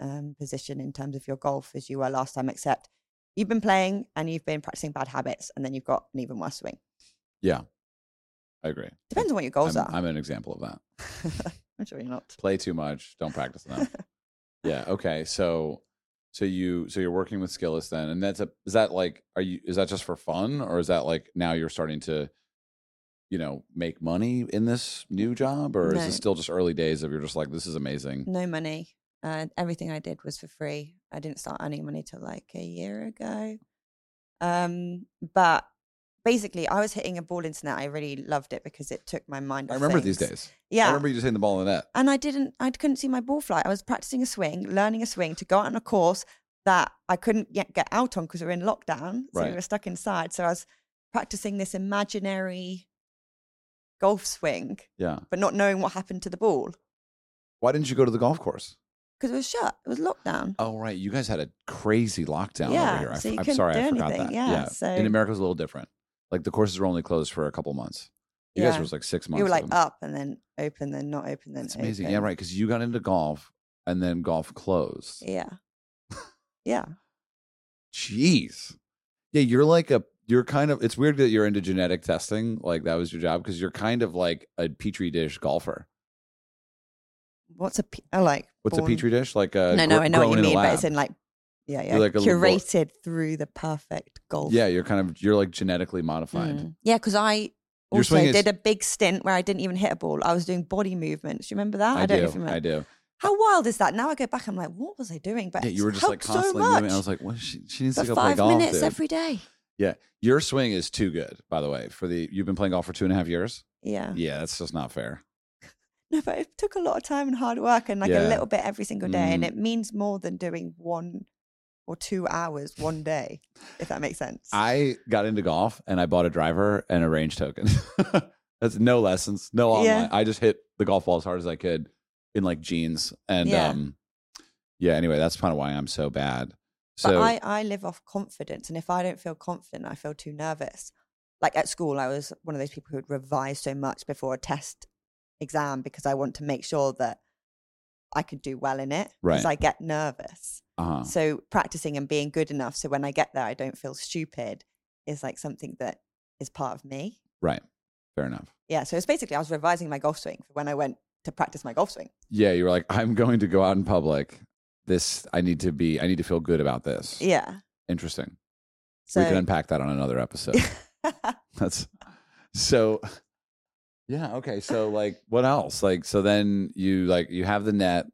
Speaker 2: um, position in terms of your golf as you were last time, except you've been playing and you've been practicing bad habits, and then you've got an even worse swing.
Speaker 4: I agree.
Speaker 2: Depends on what your
Speaker 4: I'm,
Speaker 2: goals are.
Speaker 4: I'm an example of that.
Speaker 2: I'm sure you're not.
Speaker 4: Play too much. Don't practice enough. yeah. Okay. So, so you so you're working with Skillist then, and that's a is that like are you is that just for fun or is that like now you're starting to, you know, make money in this new job or is
Speaker 2: No.
Speaker 4: this still just early days of you're just like this is amazing?
Speaker 2: No money. Uh, everything I did was for free. I didn't start earning money till like a year ago. Um, but basically, I was hitting a ball into net. I really loved it because it took my mind.
Speaker 4: I
Speaker 2: off
Speaker 4: remember these
Speaker 2: things.
Speaker 4: days. I
Speaker 2: Yeah,
Speaker 4: remember you just hitting the ball in the net.
Speaker 2: and I didn't. I couldn't see my ball fly. I was practicing a swing, learning a swing to go out on a course that I couldn't yet get out on because we were in lockdown, so
Speaker 4: Right.
Speaker 2: we were stuck inside. So I was practicing this imaginary golf swing,
Speaker 4: Yeah.
Speaker 2: but not knowing what happened to the ball
Speaker 4: Why didn't you go to the golf course?
Speaker 2: because it was shut. It was lockdown.
Speaker 4: Oh right, you guys had a crazy lockdown over
Speaker 2: Yeah,
Speaker 4: here. I,
Speaker 2: so you
Speaker 4: am
Speaker 2: couldn't
Speaker 4: sorry,
Speaker 2: do
Speaker 4: I forgot
Speaker 2: anything.
Speaker 4: that.
Speaker 2: Yeah, so-
Speaker 4: in America it was a little different. Like the courses were only closed for a couple months. You guys
Speaker 2: Yeah.
Speaker 4: were just, like six months.
Speaker 2: We were like
Speaker 4: of them.
Speaker 2: up and then open, then not open, then
Speaker 4: That's amazing. Yeah,
Speaker 2: open.
Speaker 4: right. Because you got into golf and then golf closed.
Speaker 2: Yeah. Yeah.
Speaker 4: Jeez. Yeah, you're like a. You're kind of. It's weird that you're into genetic testing. Like that was your job because you're kind of like a petri dish golfer.
Speaker 2: What's a pe- oh, like?
Speaker 4: What's
Speaker 2: born-
Speaker 4: a petri dish? Like a
Speaker 2: no, no,
Speaker 4: gr-
Speaker 2: I know what
Speaker 4: grown
Speaker 2: you
Speaker 4: in a
Speaker 2: mean, but
Speaker 4: lab.
Speaker 2: it's in like, yeah, yeah,
Speaker 4: You're like a little more-
Speaker 2: curated through the perfect golf.
Speaker 4: yeah, you're kind of. You're like genetically modified.
Speaker 2: Mm. Yeah, because I
Speaker 4: Your
Speaker 2: also
Speaker 4: swing is-
Speaker 2: did a big stint where I didn't even hit a ball. I was doing body movements. Do you remember that?
Speaker 4: I,
Speaker 2: don't
Speaker 4: do.
Speaker 2: know if you remember.
Speaker 4: I do.
Speaker 2: How wild is that? Now I go back, I'm like, what was I doing? But
Speaker 4: Yeah, you were
Speaker 2: it's
Speaker 4: just like
Speaker 2: helped so
Speaker 4: constantly
Speaker 2: much.
Speaker 4: moving. I was like, what? She, she needs
Speaker 2: for
Speaker 4: to go play
Speaker 2: five
Speaker 4: golf.
Speaker 2: minutes
Speaker 4: dude.
Speaker 2: every day.
Speaker 4: Your swing is too good, by the way. For the you've been playing golf for two and a half years.
Speaker 2: Yeah.
Speaker 4: Yeah, that's just not fair.
Speaker 2: No, but it took a lot of time and hard work and like
Speaker 4: Yeah.
Speaker 2: a little bit every single day. And
Speaker 4: Mm.
Speaker 2: it means more than doing one or two hours one day, if that makes sense.
Speaker 4: I got into golf and I bought a driver and a range token. that's no lessons, no online.
Speaker 2: Yeah.
Speaker 4: I just hit the golf ball as hard as I could in like jeans and
Speaker 2: Yeah.
Speaker 4: um, yeah. Anyway, that's kind of why I'm so bad.
Speaker 2: but
Speaker 4: So
Speaker 2: I, I live off confidence. And if I don't feel confident, I feel too nervous. Like at school, I was one of those people who would revise so much before a test exam because I want to make sure that I could do well in it
Speaker 4: Right.
Speaker 2: because I get nervous.
Speaker 4: uh
Speaker 2: So practicing and being good enough so when I get there, I don't feel stupid is like something that is part of me.
Speaker 4: right, fair enough.
Speaker 2: Yeah, so it's basically I was revising my golf swing for when I went to practice my golf swing.
Speaker 4: Yeah, you were like, I'm going to go out in public. This I need to be. I need to feel good about this.
Speaker 2: Yeah.
Speaker 4: Interesting.
Speaker 2: So uh,
Speaker 4: we can unpack that on another episode. That's so. Yeah. Okay. So like, what else? Like, so then you like you have the net,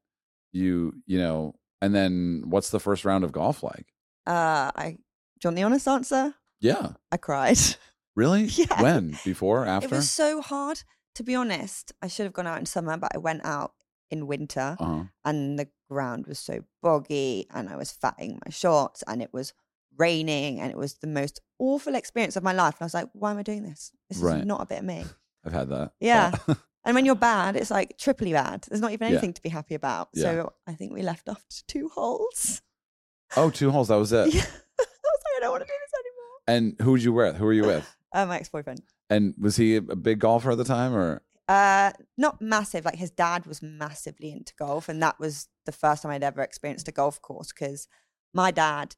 Speaker 4: you you know, and then what's the first round of golf like?
Speaker 2: uh I do you want the honest answer?
Speaker 4: Yeah.
Speaker 2: I cried.
Speaker 4: Really?
Speaker 2: Yeah.
Speaker 4: When? Before?
Speaker 2: It
Speaker 4: After?
Speaker 2: was so hard. To be honest, I should have gone out in summer, but I went out in winter
Speaker 4: uh huh.
Speaker 2: and the ground was so boggy and I was fatting my shorts and it was raining and it was the most awful experience of my life. And I was like, why am I doing this? This
Speaker 4: Right.
Speaker 2: is not a bit of me.
Speaker 4: I've had that.
Speaker 2: Yeah.
Speaker 4: Oh.
Speaker 2: And when you're bad, it's like triply bad. There's not even
Speaker 4: Yeah.
Speaker 2: anything to be happy about.
Speaker 4: Yeah.
Speaker 2: So I think we left after two holes.
Speaker 4: Oh, two holes. That was
Speaker 2: Yeah. I
Speaker 4: it.
Speaker 2: was like, I don't want to do this anymore.
Speaker 4: And who would you with? Who were you with?
Speaker 2: Uh, my ex boyfriend.
Speaker 4: And was he a big golfer at the time, or
Speaker 2: Uh, not massive. Like his dad was massively into golf, and that was the first time I'd ever experienced a golf course because my dad,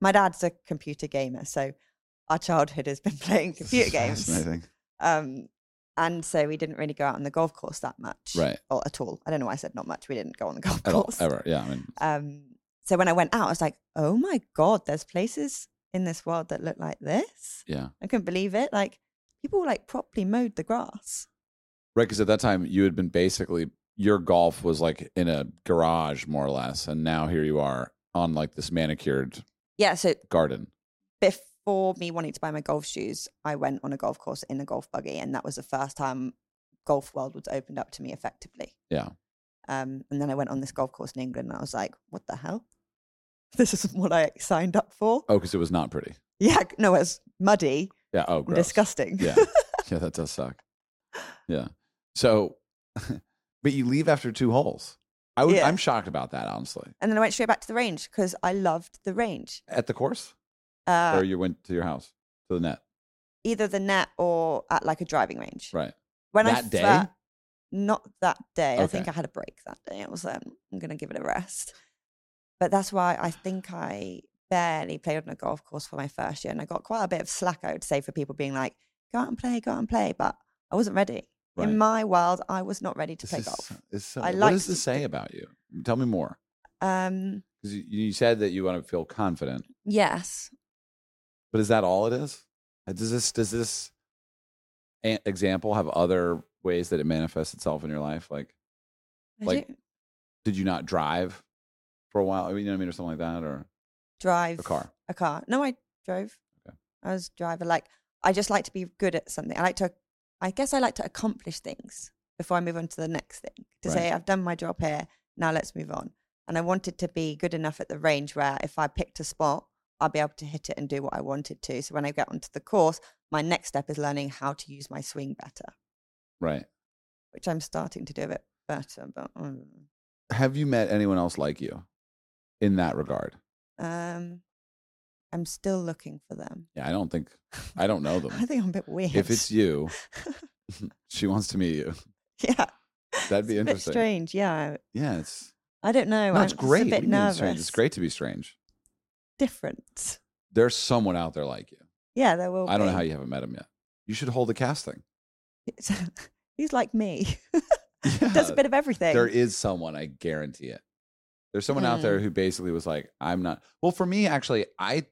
Speaker 2: my dad's a computer gamer, so our childhood has been playing
Speaker 4: This
Speaker 2: computer
Speaker 4: is
Speaker 2: games.
Speaker 4: Fascinating.
Speaker 2: Um, and so we didn't really go out on the golf course that much,
Speaker 4: Right.
Speaker 2: Or at all. I don't know why I said not much. We didn't go on the golf
Speaker 4: At all,
Speaker 2: course
Speaker 4: ever. Yeah. I mean,
Speaker 2: um, so when I went out, I was like, oh my God, there's places in this world that look like this.
Speaker 4: yeah.
Speaker 2: I couldn't believe it. Like people like properly mowed the grass.
Speaker 4: Right. Because at that time, you had been basically, your golf was like in a garage, more or less. And now here you are on like this manicured
Speaker 2: Yeah. So
Speaker 4: garden.
Speaker 2: before me wanting to buy my golf shoes, I went on a golf course in a golf buggy. And that was the first time golf world was opened up to me effectively.
Speaker 4: Yeah.
Speaker 2: Um, and then I went on this golf course in England and I was like, what the hell? This isn't what I signed up for.
Speaker 4: Oh, because it was not pretty.
Speaker 2: Yeah. No, it was muddy
Speaker 4: Yeah. Oh,
Speaker 2: and
Speaker 4: gross.
Speaker 2: disgusting.
Speaker 4: Yeah. Yeah. That does suck. Yeah. So, but you leave after two holes. I would,
Speaker 2: Yeah.
Speaker 4: I'm shocked about that, honestly.
Speaker 2: and then I went straight back to the range because I loved the range.
Speaker 4: At the course?
Speaker 2: Uh,
Speaker 4: or you went to your house, to the net.
Speaker 2: either the net or at like a driving range.
Speaker 4: Right.
Speaker 2: When
Speaker 4: That day?
Speaker 2: fir- not that day. I think
Speaker 4: Okay.
Speaker 2: I had a break that day. I was like, I'm gonna give it a rest. But that's why I think I barely played on a golf course for my first year, and I got quite a bit of slack. I would say for people being like, "Go out and play, go out and play," but I wasn't ready.
Speaker 4: Right.
Speaker 2: In my world, I was not ready to play golf.
Speaker 4: Is so,
Speaker 2: I
Speaker 4: what
Speaker 2: like
Speaker 4: does this
Speaker 2: to
Speaker 4: say
Speaker 2: do-
Speaker 4: about you? Tell me more.
Speaker 2: Um,
Speaker 4: Because you, you said that you want to feel confident,
Speaker 2: yes,
Speaker 4: but is that all it is? Uh, Does this does this a- example have other ways that it manifests itself in your life? Like,
Speaker 2: I
Speaker 4: Like,
Speaker 2: do
Speaker 4: did you not drive for a while? I mean, you know what I mean, or something like that, or
Speaker 2: drive
Speaker 4: a car?
Speaker 2: a car. No, I drove.
Speaker 4: Okay.
Speaker 2: I was a driver. Like I just like to be good at something. I like to. I guess I like to accomplish things before I move on to the next thing. To say I've done my job here. Now let's move on. And I wanted to be good enough at the range where if I picked a spot, I'll be able to hit it and do what I wanted to. So when I get onto the course, my next step is learning how to use my swing better,
Speaker 4: Right.
Speaker 2: which I'm starting to do a bit better. But mm.
Speaker 4: Have you met anyone else like you in that regard?
Speaker 2: um, I'm still looking for them.
Speaker 4: Yeah, I don't think I don't know them.
Speaker 2: I think I'm a bit weird.
Speaker 4: if it's you, she wants to meet you.
Speaker 2: yeah,
Speaker 4: That'd be
Speaker 2: It's a bit
Speaker 4: interesting.
Speaker 2: strange, yeah.
Speaker 4: Yeah, it's
Speaker 2: I don't know.
Speaker 4: no,
Speaker 2: Oh, I'm
Speaker 4: it's
Speaker 2: just
Speaker 4: great.
Speaker 2: A
Speaker 4: What
Speaker 2: bit
Speaker 4: do you mean it's
Speaker 2: nervous.
Speaker 4: strange? It's great to be strange.
Speaker 2: Different.
Speaker 4: there's someone out there like you.
Speaker 2: Yeah, there will.
Speaker 4: I don't know
Speaker 2: be.
Speaker 4: how you haven't met him yet. You should hold a casting.
Speaker 2: It's- He's like me.
Speaker 4: Yeah.
Speaker 2: Does a bit of everything.
Speaker 4: There is someone, I guarantee it. There's someone
Speaker 2: Mm.
Speaker 4: out there who basically was like, I'm not. Well, for me, actually, I,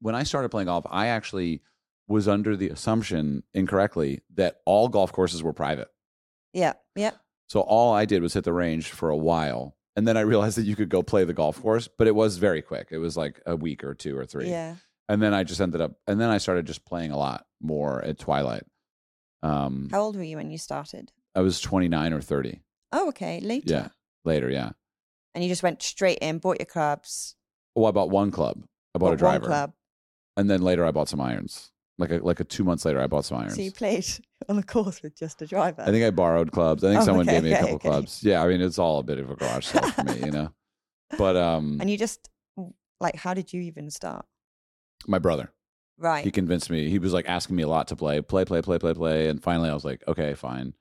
Speaker 4: when I started playing golf, I actually was under the assumption incorrectly that all golf courses were private.
Speaker 2: yeah, yeah.
Speaker 4: So all I did was hit the range for a while. And then I realized that you could go play the golf course, but it was very quick. It was like a week or two or three.
Speaker 2: Yeah.
Speaker 4: And then I just ended up, and then I started just playing a lot more at Twilight. Um,
Speaker 2: How old were you when you started?
Speaker 4: I was 29 or 30.
Speaker 2: Oh, okay. Later.
Speaker 4: Yeah. Later, yeah.
Speaker 2: And you just went straight in, bought your clubs.
Speaker 4: Well, I bought one club. I bought a
Speaker 2: one
Speaker 4: driver.
Speaker 2: club.
Speaker 4: And then later I bought some irons. Like a, like a 2 months later I bought some irons.
Speaker 2: So you played on a course with just a driver.
Speaker 4: I think I borrowed clubs. I think
Speaker 2: Oh,
Speaker 4: someone
Speaker 2: okay,
Speaker 4: gave me a
Speaker 2: okay,
Speaker 4: couple
Speaker 2: okay.
Speaker 4: clubs. Yeah, I mean it's all a bit of a garage sale for me, you know. But um
Speaker 2: and you just like, how did you even start?
Speaker 4: my brother,
Speaker 2: Right.
Speaker 4: he convinced me. He was like asking me a lot to play, play, play, play, play, play, and finally I was like, okay, fine.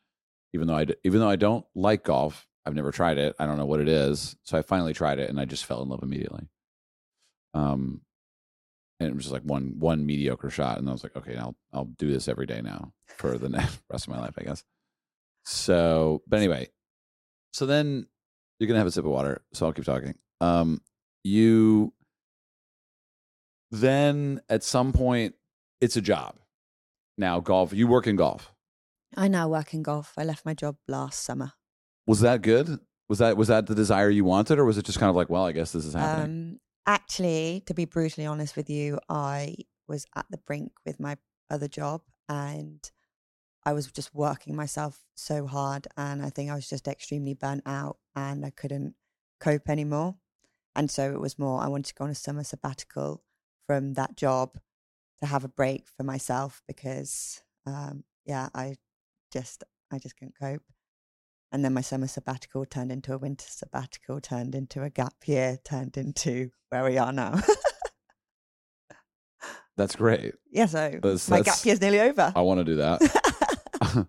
Speaker 4: Even though I d- even though I don't like golf, I've never tried it. I don't know what it is. So I finally tried it and I just fell in love immediately. Um and it was just like one one mediocre shot and I was like, okay, I'll I'll do this every day now for the next rest of my life, I guess. So, but anyway, so then you're gonna have a sip of water, so I'll keep talking. Um you then at some point it's a job. Now golf, you work in golf.
Speaker 2: I now work in golf. I left my job last summer.
Speaker 4: Was that good? Was that was that the desire you wanted, or was it just kind of like, well, I guess this is happening?
Speaker 2: Um, actually, to be brutally honest with you, I was at the brink with my other job and I was just working myself so hard. And I think I was just extremely burnt out and I couldn't cope anymore. And so it was more, I wanted to go on a summer sabbatical from that job to have a break for myself because, um, yeah, I just, I just couldn't cope. And then my summer sabbatical turned into a winter sabbatical, turned into a gap year, turned into where we are now.
Speaker 4: That's great.
Speaker 2: yeah, so
Speaker 4: That's-
Speaker 2: my
Speaker 4: that's-
Speaker 2: gap year's nearly over.
Speaker 4: I want to do that.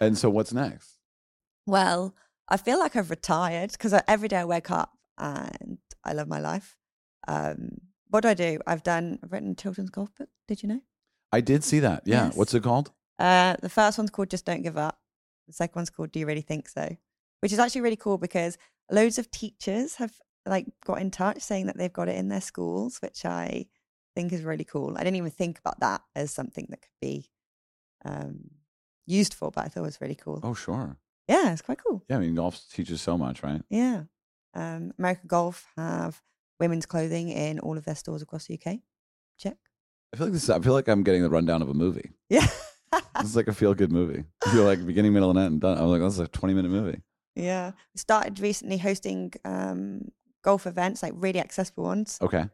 Speaker 4: And so what's next?
Speaker 2: Well, I feel like I've retired because every day I wake up and I love my life. Um, what do I do? I've done I've written a children's golf book. Did you know?
Speaker 4: I did see that. Yeah.
Speaker 2: Yes.
Speaker 4: What's it called?
Speaker 2: Uh, the first one's called Just Don't Give Up. The second one's called Do You Really Think So? Which is actually really cool because loads of teachers have like got in touch saying that they've got it in their schools, which I think is really cool. I didn't even think about that as something that could be um, used for, but I thought it was really cool.
Speaker 4: Oh, sure.
Speaker 2: Yeah, it's quite cool.
Speaker 4: Yeah. I mean, golf teaches so much, right?
Speaker 2: Yeah. Um, American Golf have women's clothing in all of their stores across the UK. Check.
Speaker 4: I feel like this. I feel like I'm getting the rundown of a movie.
Speaker 2: Yeah.
Speaker 4: This is like a feel good movie. You're like beginning, middle, and end. Done. I'm like, that's a 20 minute movie.
Speaker 2: yeah. We started recently hosting um, golf events, like really accessible ones,
Speaker 4: Okay.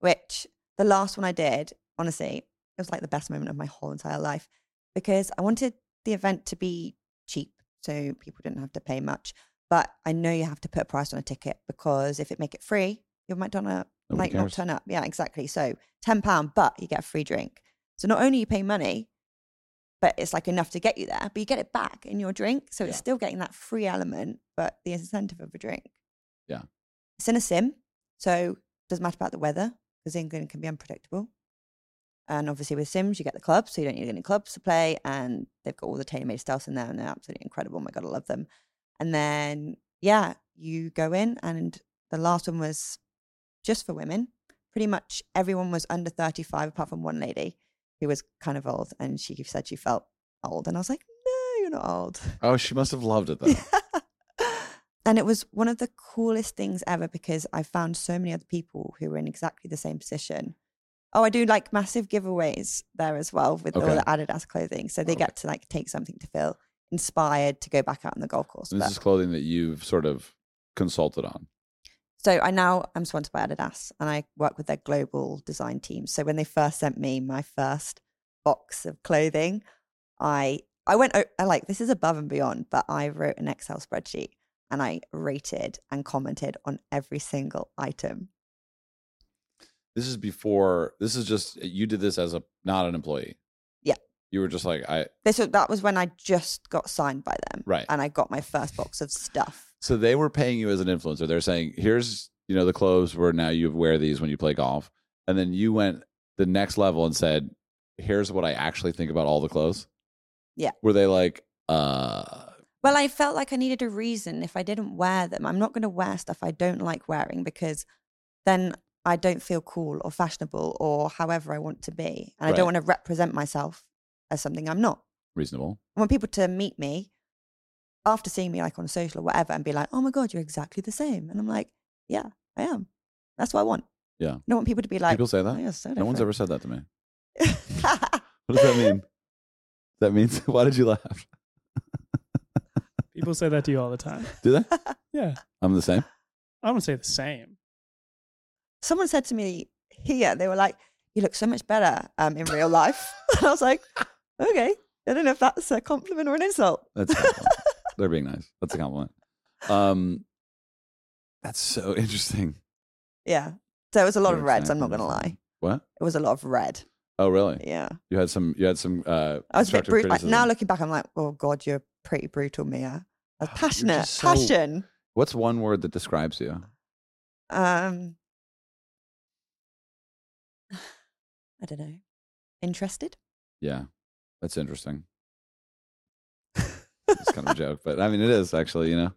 Speaker 2: which the last one I did, honestly, it was like the best moment of my whole entire life because I wanted the event to be cheap so people didn't have to pay much. But I know you have to put a price on a ticket because if it make it free, you might not
Speaker 4: Nobody
Speaker 2: like not
Speaker 4: cares.
Speaker 2: turn up. Yeah, exactly. So ten pound, but you get a free drink. So not only you pay money, but it's like enough to get you there, but you get it back in your drink. So
Speaker 4: Yeah.
Speaker 2: it's still getting that free element, but the incentive of a drink.
Speaker 4: Yeah.
Speaker 2: It's in a sim, so doesn't matter about the weather because England can be unpredictable. And obviously with Sims, you get the clubs, so you don't need any clubs to play. And they've got all the tailor-made styles in there, and they're absolutely incredible. Oh my god, I love them. And then yeah, you go in, and the last one was just for women. Pretty much everyone was under thirty-five, apart from one lady who was kind of old, and she said she felt old. And I was like, no, you're not old.
Speaker 4: Oh, she must have loved it though.
Speaker 2: and it was one of the coolest things ever because I found so many other people who were in exactly the same position. Oh, I do like massive giveaways there as well with all
Speaker 4: Okay.
Speaker 2: the Adidas clothing. So they
Speaker 4: Okay.
Speaker 2: get to like take something to feel inspired to go back out on the golf course.
Speaker 4: And this
Speaker 2: But,
Speaker 4: is clothing that you've sort of consulted on.
Speaker 2: so I now I'm sponsored by Adidas and I work with their global design team. So when they first sent me my first box of clothing, I I went o- I like this is above and beyond, but I wrote an Excel spreadsheet and I rated and commented on every single item.
Speaker 4: This is before. This is just you did this as a not an employee.
Speaker 2: Yeah.
Speaker 4: You were just like I
Speaker 2: This was, that was when I just got signed by them,
Speaker 4: right.
Speaker 2: and I got my first box of stuff.
Speaker 4: So they were paying you as an influencer. They're saying, here's, you know, the clothes where now you wear these when you play golf. And then you went the next level and said, here's what I actually think about all the clothes.
Speaker 2: Yeah.
Speaker 4: Were they like, uh,
Speaker 2: Well, I felt like I needed a reason if I didn't wear them. I'm not going to wear stuff I don't like wearing because then I don't feel cool or fashionable or however I want to be. And I
Speaker 4: Right.
Speaker 2: don't want to represent myself as something I'm not.
Speaker 4: reasonable?
Speaker 2: I want people to meet me after seeing me like on social or whatever and be like, oh my God, you're exactly the same. And I'm like, yeah, I am. That's what I want.
Speaker 4: Yeah.
Speaker 2: I don't want people to be like,
Speaker 4: People say
Speaker 2: "Oh,
Speaker 4: that?
Speaker 2: you're so
Speaker 4: no one's
Speaker 2: different."
Speaker 4: ever said that to me. What does that mean? that means, why did you laugh?
Speaker 3: People say that to you all the time.
Speaker 4: Do they?
Speaker 3: Yeah.
Speaker 4: I'm the same.
Speaker 3: I don't say the same.
Speaker 2: Someone said to me here, they were like, you look so much better um, in real life. and I was like, okay. I don't know if that's a compliment or an insult.
Speaker 4: That's a compliment. They're being nice. That's a compliment. Um, that's so interesting.
Speaker 2: Yeah. So it was a lot
Speaker 4: You're
Speaker 2: of reds. I'm
Speaker 4: exactly
Speaker 2: not
Speaker 4: the
Speaker 2: going to lie.
Speaker 4: What?
Speaker 2: It was a lot of red.
Speaker 4: Oh, really?
Speaker 2: Yeah.
Speaker 4: You had some, you had some, uh,
Speaker 2: I was a bit
Speaker 4: constructive
Speaker 2: brutal.
Speaker 4: criticism.
Speaker 2: now looking back, I'm like, oh God, you're pretty brutal, Mia. I was
Speaker 4: You're
Speaker 2: passionate.
Speaker 4: just so-
Speaker 2: Passion.
Speaker 4: What's one word that describes you?
Speaker 2: Um, I don't know. Interested?
Speaker 4: Yeah, that's interesting. It's kind of a joke, but I mean, it is actually. You know,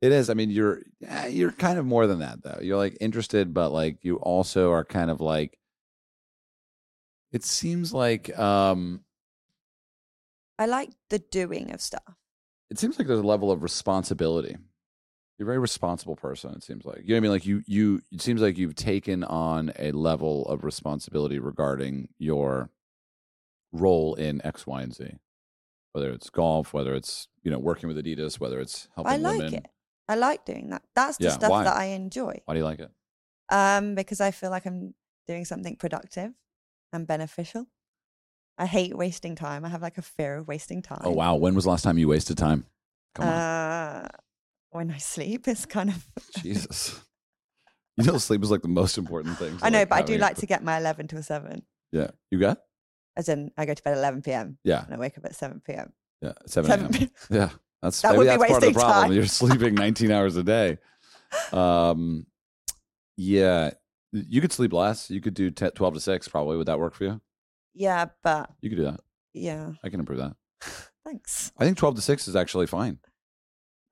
Speaker 4: it is. I mean, you're eh, you're kind of more than that, though. You're like interested, but like you also are kind of like. It seems like um,
Speaker 2: I like the doing of stuff.
Speaker 4: it seems like there's a level of responsibility. You're a very responsible person. It seems like you know what I mean. Like you, you. It seems like you've taken on a level of responsibility regarding your role in X, Y, and Z. Whether it's golf, whether it's you know working with Adidas, whether it's helping
Speaker 2: I like
Speaker 4: women.
Speaker 2: it. I like doing that. That's the
Speaker 4: Yeah,
Speaker 2: stuff
Speaker 4: why?
Speaker 2: that I enjoy.
Speaker 4: Why do you like it?
Speaker 2: Um, because I feel like I'm doing something productive and beneficial. I hate wasting time. I have like a fear of wasting time.
Speaker 4: Oh wow! When was the last time you wasted time? Come on,
Speaker 2: Uh, when I sleep, it's kind of.
Speaker 4: Jesus. You know, sleep is like the most important thing. to,
Speaker 2: I know, but I do
Speaker 4: having a-
Speaker 2: like to get my 11 till 7.
Speaker 4: Yeah, you got.
Speaker 2: As in, I go to bed at 11 p.m.
Speaker 4: Yeah,
Speaker 2: and I wake up at 7 p.m.
Speaker 4: Yeah, seven a.m. Yeah, that's
Speaker 2: That
Speaker 4: maybe
Speaker 2: would
Speaker 4: that's part
Speaker 2: be
Speaker 4: of the
Speaker 2: wasting
Speaker 4: problem.
Speaker 2: time.
Speaker 4: You're sleeping 19 hours a day. Um, yeah, you could sleep less. You could do 10, 12 to six. Probably would that work for you?
Speaker 2: yeah, but
Speaker 4: You could do that.
Speaker 2: yeah,
Speaker 4: I can improve that.
Speaker 2: thanks.
Speaker 4: I think 12 to six is actually fine.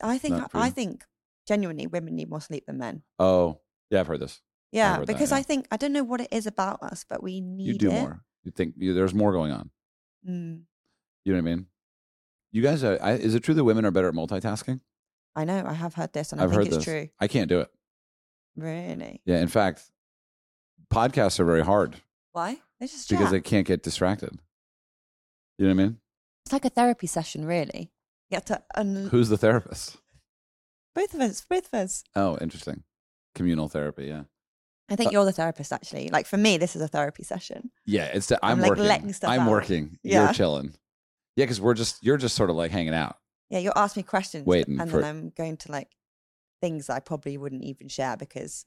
Speaker 2: I think
Speaker 4: Not for
Speaker 2: I
Speaker 4: you.
Speaker 2: think genuinely women need more sleep than men.
Speaker 4: Oh, yeah, I've heard this.
Speaker 2: Yeah,
Speaker 4: heard that,
Speaker 2: because
Speaker 4: yeah.
Speaker 2: I think I don't know what it is about us, but we need
Speaker 4: you do
Speaker 2: it.
Speaker 4: more. You think you, there's more going on.
Speaker 2: Mm,
Speaker 4: You know what I mean? You guys, are, I, is it true that women are better at multitasking?
Speaker 2: I know. I have heard this, and
Speaker 4: I've
Speaker 2: I think
Speaker 4: heard
Speaker 2: it's
Speaker 4: this.
Speaker 2: true.
Speaker 4: I can't do it.
Speaker 2: Really?
Speaker 4: Yeah, in fact, podcasts are very hard
Speaker 2: Why? They just
Speaker 4: because
Speaker 2: chat.
Speaker 4: they can't get distracted. You know what I mean?
Speaker 2: it's like a therapy session, really. You have to un-
Speaker 4: Who's the therapist?
Speaker 2: both of us. Both of us.
Speaker 4: Oh, interesting. Communal therapy, yeah.
Speaker 2: I think
Speaker 4: Uh,
Speaker 2: you're the therapist, actually. Like for me, this is a therapy session.
Speaker 4: Yeah, it's the, I'm,
Speaker 2: I'm, like,
Speaker 4: working.
Speaker 2: letting stuff
Speaker 4: I'm
Speaker 2: out.
Speaker 4: working. You're
Speaker 2: Yeah.
Speaker 4: chilling. Yeah, because we're just you're just sort of like hanging out.
Speaker 2: Yeah, you'll ask me questions,
Speaker 4: Waiting
Speaker 2: and
Speaker 4: mm, for-
Speaker 2: then I'm going to like things I probably wouldn't even share because,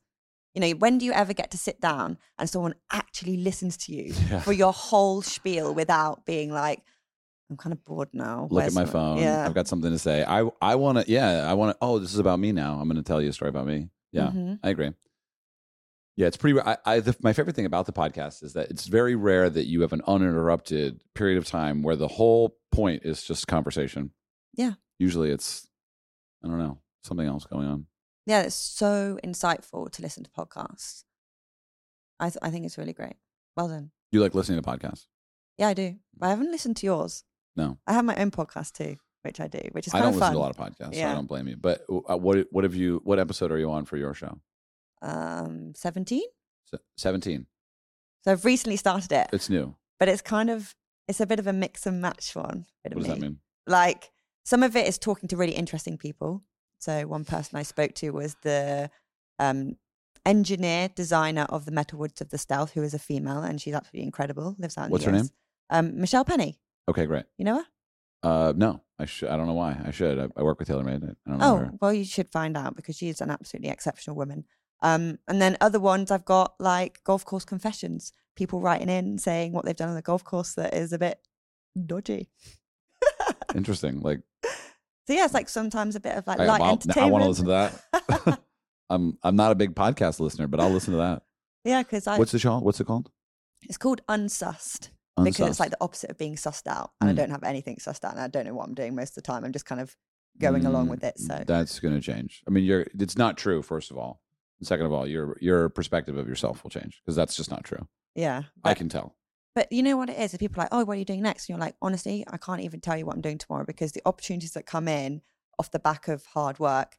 Speaker 2: you know, when do you ever get to sit down and someone actually listens to you
Speaker 4: Yeah.
Speaker 2: for your whole spiel without being like, I'm kind of bored now.
Speaker 4: Look at
Speaker 2: Where's
Speaker 4: my
Speaker 2: my-"
Speaker 4: phone.
Speaker 2: Yeah.
Speaker 4: I've got something to say. I I want to. Yeah, I want to. Oh, this is about me now. I'm going to tell you a story about me. Yeah,
Speaker 2: Mhm.
Speaker 4: I agree. Yeah, it's pretty. I, I the, my favorite thing about the podcast is that it's very rare that you have an uninterrupted period of time where the whole point is just conversation.
Speaker 2: Yeah.
Speaker 4: Usually, it's I don't know something else going on.
Speaker 2: Yeah, it's so insightful to listen to podcasts. I, th- I think it's really great. Well done.
Speaker 4: You like listening to podcasts?
Speaker 2: Yeah, I do. But I haven't listened to yours.
Speaker 4: No.
Speaker 2: I have my own podcast too, which I do, which is
Speaker 4: I
Speaker 2: kind
Speaker 4: don't
Speaker 2: of
Speaker 4: listen
Speaker 2: fun.
Speaker 4: to a lot of podcasts, so I
Speaker 2: Yeah.
Speaker 4: don't blame you. But uh, what what have you? What episode are you on for your show?
Speaker 2: um, 17?
Speaker 4: Se- Seventeen.
Speaker 2: So I've recently started it.
Speaker 4: It's new.
Speaker 2: but it's kind of it's a bit of a mix and match one. bit of
Speaker 4: What does that
Speaker 2: me.
Speaker 4: mean?
Speaker 2: Like some of it is talking to really interesting people. So one person I spoke to was the um, engineer designer of the Metal Woods of the Stealth, who is a female, and she's absolutely incredible. Lives out. In
Speaker 4: What's
Speaker 2: the
Speaker 4: her
Speaker 2: US. Um, Michelle Penny.
Speaker 4: Okay, great.
Speaker 2: You know her?
Speaker 4: Uh, no, I should. I don't know why I should. I, I work with TaylorMade. I don't know
Speaker 2: Oh,
Speaker 4: her.
Speaker 2: well, you should find out because she is an absolutely exceptional woman. Um, and then other ones I've got like golf course confessions, people writing in saying what they've done on the golf course that is a bit dodgy.
Speaker 4: Interesting. Like
Speaker 2: So yeah, it's like sometimes a bit of like
Speaker 4: Hmm. I-
Speaker 2: light
Speaker 4: I'll- I
Speaker 2: entertainment.
Speaker 4: wanna listen to that. I'm I'm not a big podcast listener, but I'll listen to that.
Speaker 2: yeah, because I
Speaker 4: What's the show? What's it called?
Speaker 2: it's called unsussed because it's
Speaker 4: Unsussed.
Speaker 2: like the opposite of being sussed out, and
Speaker 4: Mm.
Speaker 2: I don't have anything sussed out, and I don't know what I'm doing most of the time. I'm just kind of going along
Speaker 4: Mm,
Speaker 2: with it. So
Speaker 4: that's going to change. I mean, you're. It's not true. First of all, and second of all, your your perspective of yourself will change because that's just not true.
Speaker 2: yeah,
Speaker 4: I
Speaker 2: but,
Speaker 4: can tell.
Speaker 2: but you know what it is? If people are like, oh, what are you doing next? And you're like, honestly, I can't even tell you what I'm doing tomorrow because the opportunities that come in off the back of hard work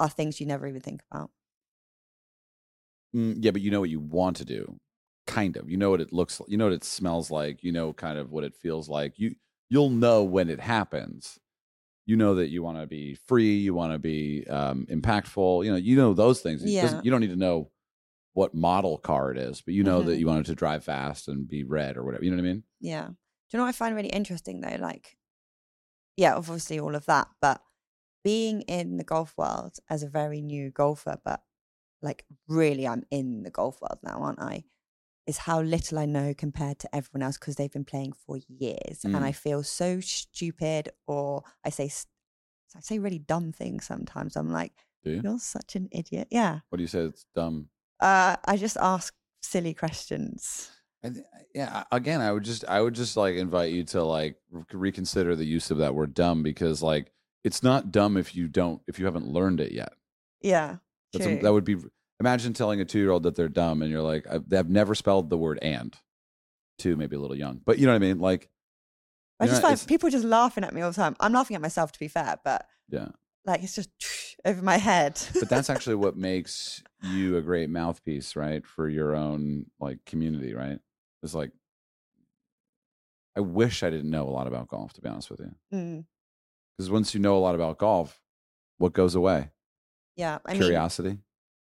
Speaker 2: are things you never even think about.
Speaker 4: Mm, yeah, but you know what you want to do, kind of. You know what it looks. You know what it smells like. You know kind of what it feels like. You you'll know when it happens. You know that you want to be free. You want to be um, impactful. You know you know those things. It doesn't-
Speaker 2: Yeah.
Speaker 4: You don't need to know what model car it is, but you know that
Speaker 2: Mhm.
Speaker 4: you wanted to drive fast and be red or whatever. You know what I mean?
Speaker 2: Yeah. Do you know what I find really interesting though? Like, yeah, obviously all of that, but being in the golf world as a very new golfer, but like really I'm in the golf world now, aren't I? Is how little I know compared to everyone else because they've been playing for years
Speaker 4: Mm.
Speaker 2: and I feel so stupid or I say, s- I say really dumb things sometimes. I'm like,
Speaker 4: Do you?
Speaker 2: you're such an idiot. Yeah.
Speaker 4: What do you say? It's dumb.
Speaker 2: Uh, I just ask silly questions.
Speaker 4: I th- uh, yeah I- again i would just i would just like invite you to like re- reconsider the use of that word dumb because like it's not dumb if you don't if you haven't learned it yet
Speaker 2: Yeah.
Speaker 4: That's a,
Speaker 2: true.
Speaker 4: that would be imagine telling a two-year-old that they're dumb and you're like I've, I've never spelled the word and two maybe a little young but you know what i mean like
Speaker 2: I
Speaker 4: you know,
Speaker 2: just find
Speaker 4: it's-
Speaker 2: people just laughing at me all the time. I'm laughing at myself, to be fair, but
Speaker 4: Yeah.
Speaker 2: like it's just over my head.
Speaker 4: but that's actually what makes you a great mouthpiece right for your own like community right it's like i wish i didn't know a lot about golf to be honest with you
Speaker 2: Mm,
Speaker 4: because once you know a lot about golf, what goes away?
Speaker 2: yeah, I mean,
Speaker 4: Curiosity,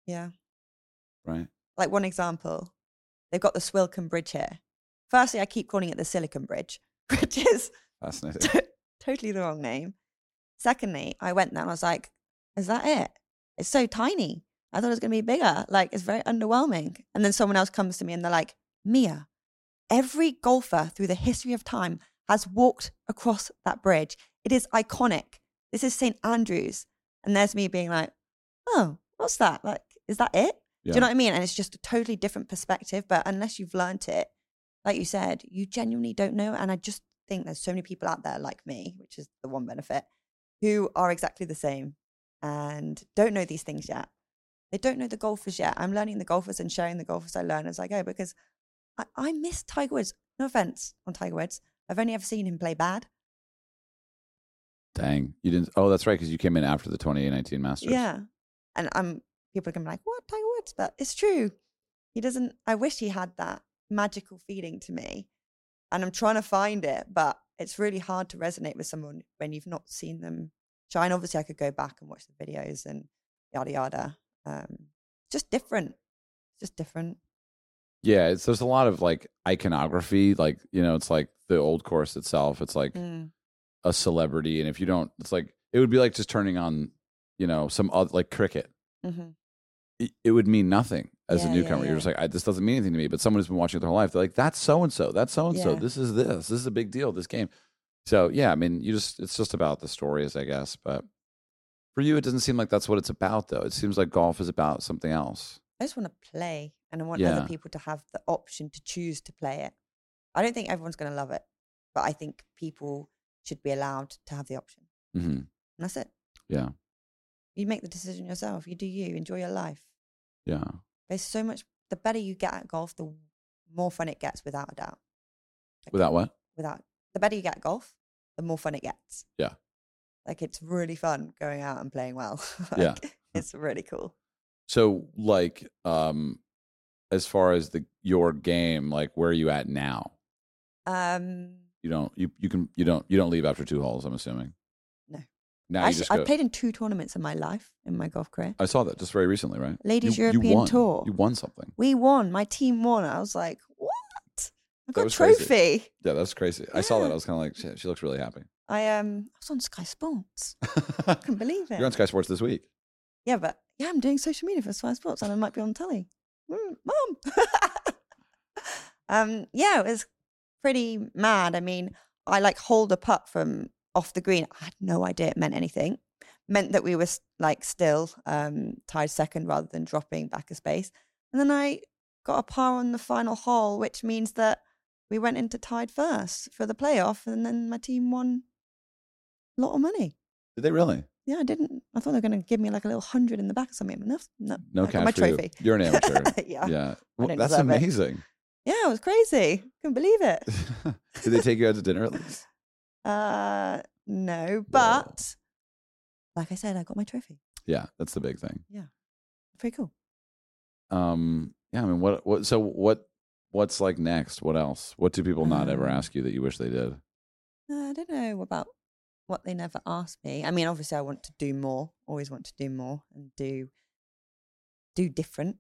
Speaker 2: yeah.
Speaker 4: right?
Speaker 2: Like one example, they've got the Swilcombe Bridge here. Firstly, I keep calling it the Silicon Bridge, which is
Speaker 4: Fascinating.
Speaker 2: t- totally the wrong name. Secondly, I went there and I was like, "Is that it? It's so tiny. I thought it was going to be bigger. Like it's very underwhelming." And then someone else comes to me and they're like, "Mia, every golfer through the history of time has walked across that bridge. It is iconic. This is St. Andrews. And there's me being like, oh, what's that? Like, is that it? Do
Speaker 4: Yeah.
Speaker 2: you know what I mean? And it's just a totally different perspective. But unless you've learnt it, like you said, you genuinely don't know. And I just think there's so many people out there like me, which is the one benefit, who are exactly the same and don't know these things yet. They don't know the golfers yet. I'm learning the golfers and sharing the golfers I learn as I go because I, I miss Tiger Woods. No offense on Tiger Woods. I've only ever seen him play bad.
Speaker 4: Dang, you didn't. Oh, that's right, because you came in after the 2019 Masters.
Speaker 2: Yeah. And I'm people are gonna be like, What Tiger Woods? But it's true. He doesn't I wish he had that magical feeling to me. And I'm trying to find it, but it's really hard to resonate with someone when you've not seen them shine. Obviously I could go back and watch the videos and yada yada. Um just different. Just different.
Speaker 4: yeah. It's there's a lot of like iconography, like you know, it's like the old course itself. It's like
Speaker 2: Mm.
Speaker 4: a celebrity, and if you don't, it's like it would be like just turning on, you know, some other like cricket.
Speaker 2: hmm
Speaker 4: it, it would mean nothing as
Speaker 2: Yeah,
Speaker 4: a
Speaker 2: yeah,
Speaker 4: newcomer. You're
Speaker 2: yeah.
Speaker 4: just like, I, this doesn't mean anything to me. But someone who's been watching it their whole life, they're like, that's so and so, that's so and so.
Speaker 2: Yeah.
Speaker 4: This is this. This is a big deal. This game. So yeah, I mean, you just it's just about the stories, I guess. But for you, it doesn't seem like that's what it's about, though. It seems like golf is about something else.
Speaker 2: I just want to play and I want
Speaker 4: Yeah.
Speaker 2: other people to have the option to choose to play it. I don't think everyone's gonna love it, but I think people should be allowed to have the option.
Speaker 4: hmm
Speaker 2: And that's it.
Speaker 4: Yeah,
Speaker 2: you make the decision yourself. You do you. Enjoy your life.
Speaker 4: yeah.
Speaker 2: There's so much. The better you get at golf, the more fun it gets, without a doubt. Like,
Speaker 4: Without what?
Speaker 2: without the better you get at golf, the more fun it gets.
Speaker 4: Yeah.
Speaker 2: Like it's really fun going out and playing well.
Speaker 4: Yeah.
Speaker 2: Like, it's really cool.
Speaker 4: So like, um, as far as the your game, like where are you at now?
Speaker 2: Um,
Speaker 4: You don't you you can you don't you don't leave after two holes. I'm assuming.
Speaker 2: No.
Speaker 4: Now you
Speaker 2: actually,
Speaker 4: just go.
Speaker 2: I've played in two tournaments in my life in my golf career.
Speaker 4: I saw that just very recently, right?
Speaker 2: Ladies
Speaker 4: You- you
Speaker 2: European
Speaker 4: won.
Speaker 2: Tour.
Speaker 4: You won something.
Speaker 2: We won. My team won. I was like, what? I got a
Speaker 4: was crazy.
Speaker 2: trophy.
Speaker 4: Yeah, that's crazy. I saw that.
Speaker 2: Yeah.
Speaker 4: I was kind of like, shit, she looks really happy.
Speaker 2: I um, I was on Sky Sports. I couldn't believe it.
Speaker 4: You're on Sky Sports this week.
Speaker 2: Yeah, but yeah, I'm doing social media for Sky Sports and I might be on telly. Mm, Mom. um, yeah, it was pretty mad. I mean, I like hold a putt from off the green. I had no idea it meant anything. Meant that we were s- like still um, tied second rather than dropping back a space. And then I got a par on the final hole, which means that we went into tied first for the playoff. And then my team won a lot of money
Speaker 4: Did they really?
Speaker 2: yeah, I didn't. I thought they were going to give me like a little hundred in the back or something. No, no,
Speaker 4: No
Speaker 2: I
Speaker 4: cash
Speaker 2: got my
Speaker 4: for you.
Speaker 2: trophy.
Speaker 4: You're an amateur.
Speaker 2: yeah. yeah,
Speaker 4: yeah, Well,
Speaker 2: don't
Speaker 4: that's
Speaker 2: deserve it.
Speaker 4: amazing.
Speaker 2: it was crazy. Couldn't believe it.
Speaker 4: Did they take you out to dinner at least?
Speaker 2: Uh, no, but like I said, I got my trophy.
Speaker 4: Yeah, that's the big thing.
Speaker 2: Pretty cool.
Speaker 4: Um, yeah, I mean, what, what? So what? What's like next? What else? What do people not ever
Speaker 2: Um,
Speaker 4: ask you that you wish they did?
Speaker 2: Uh, I don't know about what they never asked me. I mean, obviously, I want to do more. Always want to do more and do do different.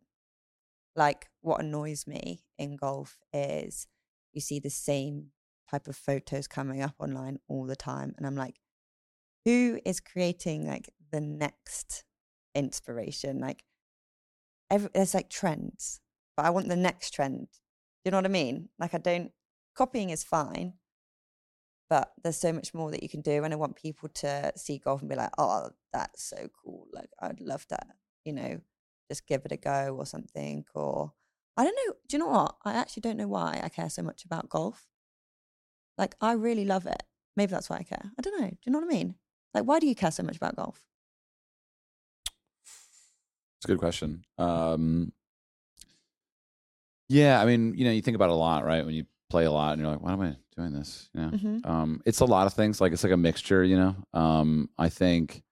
Speaker 2: Like what annoys me in golf is you see the same type of photos coming up online all the time, and I'm like, who is creating like the next inspiration? Like, every, there's like trends, but I want the next trend. Do you know what I mean? Like, I don't. Copying is fine, but there's so much more that you can do and i want people to see golf and be like oh that's so cool like i'd love that you know just give it a go or something or i don't know do you know what i actually don't know why i care so much about golf like i really love it maybe that's why i care i don't know do you know what i mean like why do you care so much about golf
Speaker 4: It's a good question. Um, yeah, I mean, you know, you think about it a lot, right? When you play a lot, and you're like, "Why am I doing this?" You know,
Speaker 2: mm-hmm.
Speaker 4: um, it's a lot of things. Like it's like a mixture, you know. Um, I think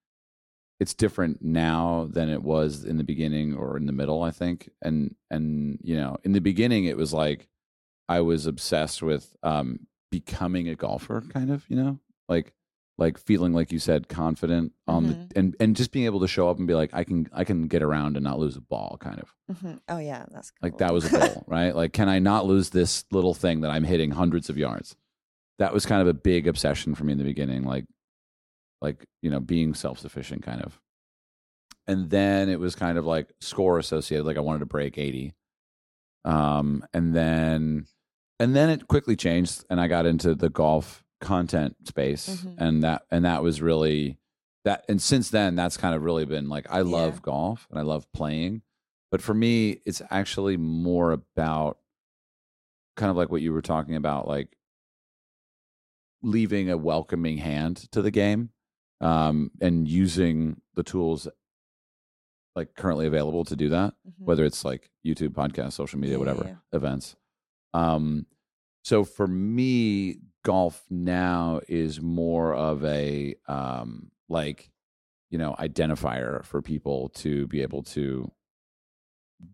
Speaker 4: it's different now than it was in the beginning or in the middle. I think, and and you know, in the beginning, it was like I was obsessed with um, becoming a golfer, kind of, you know, like like feeling like you said confident on
Speaker 2: Mhm.
Speaker 4: the and and just being able to show up and be like I can I can get around and not lose a ball, kind of.
Speaker 2: Mm-hmm. oh yeah that's cool.
Speaker 4: Like that was a goal, right? Like, can I not lose this little thing that I'm hitting hundreds of yards? That was kind of a big obsession for me in the beginning, like, like you know, being self sufficient, kind of. And then it was kind of like score associated. Like I wanted to break eighty, um, and then, and then it quickly changed, and I got into the golf content space
Speaker 2: Mhm.
Speaker 4: and that and that was really that and since then that's kind of really been like I love
Speaker 2: Yeah.
Speaker 4: golf and I love playing but for me it's actually more about kind of like what you were talking about like leaving a welcoming hand to the game um and using the tools like currently available to do that
Speaker 2: Mhm.
Speaker 4: whether it's like YouTube, podcast, social media,
Speaker 2: Yeah,
Speaker 4: whatever
Speaker 2: yeah,
Speaker 4: events. Um, so for me, golf now is more of a um, like you know identifier for people to be able to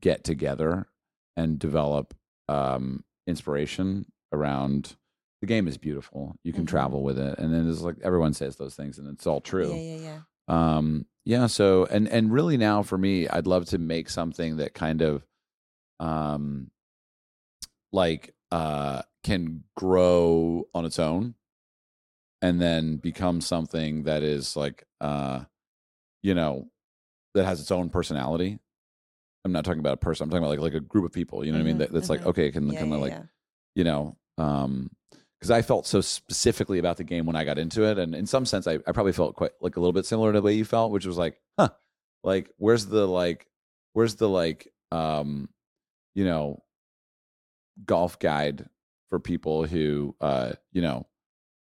Speaker 4: get together and develop um, inspiration around. The game is beautiful. You can
Speaker 2: Mhm.
Speaker 4: travel with it, and then it's like everyone says those things, and it's all true
Speaker 2: Yeah, yeah, yeah.
Speaker 4: um yeah so and and really now for me i'd love to make something that kind of um like uh can grow on its own and then become something that is like uh you know that has its own personality i'm not talking about a person i'm talking about like like a group of people you know what i mean
Speaker 2: Mhm,
Speaker 4: that, that's
Speaker 2: mhm.
Speaker 4: like okay it can
Speaker 2: yeah,
Speaker 4: kind of
Speaker 2: yeah,
Speaker 4: like
Speaker 2: yeah.
Speaker 4: you know um because i felt so specifically about the game when i got into it and in some sense I, I probably felt quite like a little bit similar to the way you felt which was like huh like where's the like where's the like um you know golf guide for people who uh you know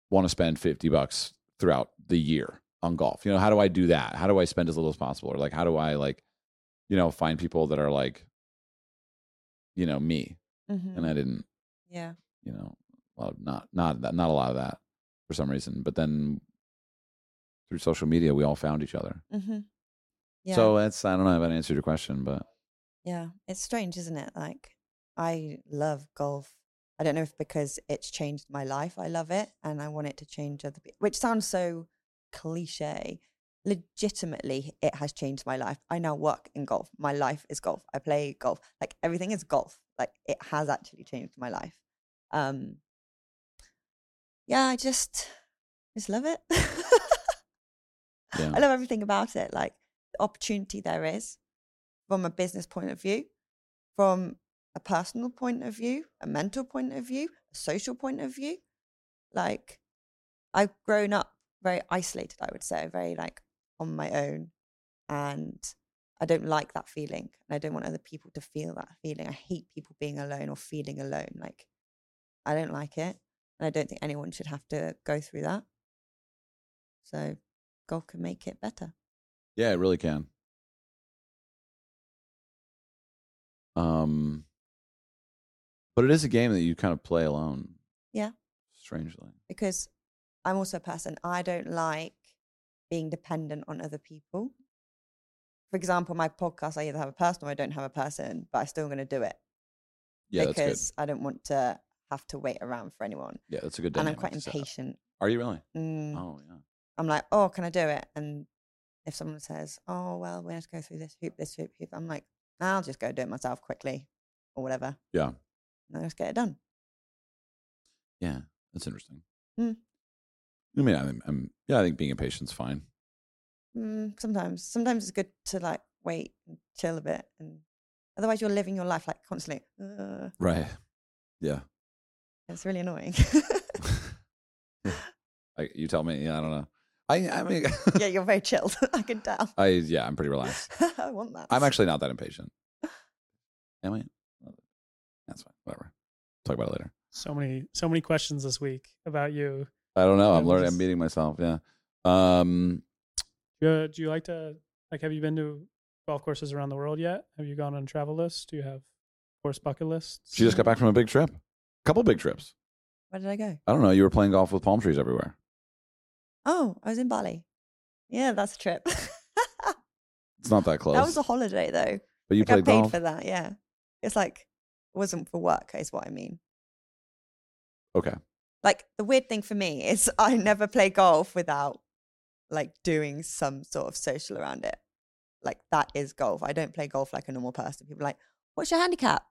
Speaker 4: want to spend 50 bucks throughout the year on golf you know how do i do that how do i spend as little as possible or like how do i like you know find people that are like you know me
Speaker 2: Mhm.
Speaker 4: and i didn't
Speaker 2: yeah.
Speaker 4: you know, a lot of not not that not a lot of that for some reason. But then through social media, we all found each other.
Speaker 2: hmm Yeah.
Speaker 4: So that's I don't know if that answered your question, but
Speaker 2: Yeah, it's strange, isn't it? Like, I love golf. I don't know if because it's changed my life, I love it, and I want it to change other people, which sounds so cliche. Legitimately, it has changed my life. I now work in golf. My life is golf. I play golf. Like, everything is golf. Like, it has actually changed my life. Um, yeah, I just, just love it.
Speaker 4: yeah,
Speaker 2: I love everything about it. Like the opportunity there is from a business point of view, from a personal point of view, a mental point of view, a social point of view. Like I've grown up very isolated, I would say, very like on my own. And I don't like that feeling. And I don't want other people to feel that feeling. I hate people being alone or feeling alone. Like I don't like it. And I don't think anyone should have to go through that. So golf can make it better.
Speaker 4: yeah, it really can. Um, but it is a game that you kind of play alone.
Speaker 2: Yeah.
Speaker 4: strangely.
Speaker 2: because I'm also a person I don't like being dependent on other people. For example, my podcast, I either have a person or I don't have a person, but I'm still going to do it
Speaker 4: Yeah,
Speaker 2: because
Speaker 4: that's
Speaker 2: I don't want to have to wait around for anyone.
Speaker 4: good. Yeah, that's a good.
Speaker 2: And I'm
Speaker 4: dynamic
Speaker 2: quite
Speaker 4: to set up.
Speaker 2: impatient.
Speaker 4: Are you really?
Speaker 2: Mm.
Speaker 4: Oh yeah.
Speaker 2: I'm like, oh, can I do it? And if someone says, oh, well, we have to go through this hoop, this hoop, hoop, I'm like, I'll just go do it myself quickly or whatever.
Speaker 4: Yeah.
Speaker 2: And I'll just get it done.
Speaker 4: Yeah, that's interesting.
Speaker 2: Hmm.
Speaker 4: I mean, I'm, I'm yeah, I think being impatient's fine.
Speaker 2: Mm, sometimes. Sometimes it's good to like wait and chill a bit, and otherwise you're living your life like constantly. "Uh,"
Speaker 4: Right. Yeah.
Speaker 2: it's really annoying.
Speaker 4: I, you tell me. Yeah, I don't know. I I mean,
Speaker 2: yeah, you're very chilled. I can tell.
Speaker 4: I yeah, I'm pretty relaxed.
Speaker 2: I want that.
Speaker 4: I'm actually not that impatient. Am I? That's fine. Whatever. Talk about it later.
Speaker 3: So many, so many questions this week about you.
Speaker 4: I don't know.
Speaker 3: Yeah,
Speaker 4: I'm
Speaker 3: we
Speaker 4: learning. I'm
Speaker 3: just-
Speaker 4: meeting myself. Yeah. Um.
Speaker 3: Do you, Uh, do you like to like? Have you been to golf courses around the world yet? Have you gone on travel lists? Do you have course bucket lists?
Speaker 4: She just got back from a big trip. A couple big trips.
Speaker 2: Where did I go?
Speaker 4: I don't know. You were playing golf with palm trees everywhere.
Speaker 2: Oh, I was in Bali. Yeah, that's a trip.
Speaker 4: It's not that close.
Speaker 2: that was a holiday though.
Speaker 4: but you
Speaker 2: like, I
Speaker 4: played
Speaker 2: paid
Speaker 4: golf.
Speaker 2: for that. Yeah, it's like it wasn't for work, is what I mean.
Speaker 4: Okay.
Speaker 2: Like the weird thing for me is I never play golf without like doing some sort of social around it. Like that is golf. I don't play golf like a normal person. People are like, what's your handicap?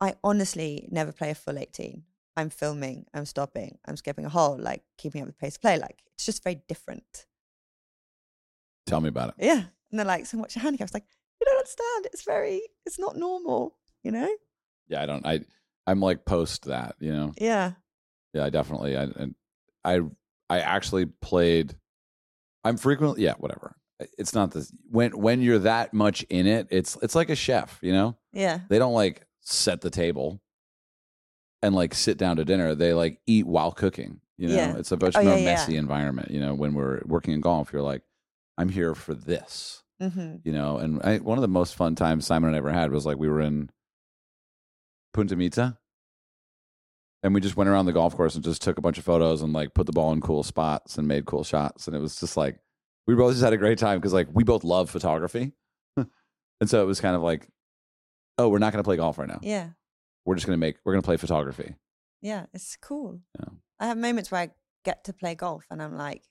Speaker 2: I honestly never play a full 18. I'm filming, I'm stopping, I'm skipping a hole, like keeping up with pace of play. Like it's just very different.
Speaker 4: Tell me about it.
Speaker 2: Yeah. And they're like, so what's your handicap? It's like, you don't understand. It's very, it's not normal, you know?
Speaker 4: Yeah. I don't. I. I'm like post that. You know.
Speaker 2: Yeah.
Speaker 4: Yeah. I definitely. I. I I I actually played. I'm frequently yeah whatever. It's not this when when you're that much in it. It's it's like a chef, you know.
Speaker 2: Yeah.
Speaker 4: They don't like set the table and like sit down to dinner. They like eat while cooking. You know,
Speaker 2: Yeah.
Speaker 4: it's a much
Speaker 2: Oh,
Speaker 4: more
Speaker 2: yeah, yeah.
Speaker 4: messy environment. You know, when we're working in golf, you're like, I'm here for this
Speaker 2: Mm-hmm.
Speaker 4: you know and I, one of the most fun times simon and i ever had was like we were in punta mita and we just went around the golf course and just took a bunch of photos and like put the ball in cool spots and made cool shots and it was just like we both just had a great time because like we both love photography and so it was kind of like oh we're not going to play golf right now
Speaker 2: Yeah.
Speaker 4: we're just going to make we're going to play photography
Speaker 2: Yeah. It's cool.
Speaker 4: Yeah.
Speaker 2: I have moments where I get to play golf and I'm like,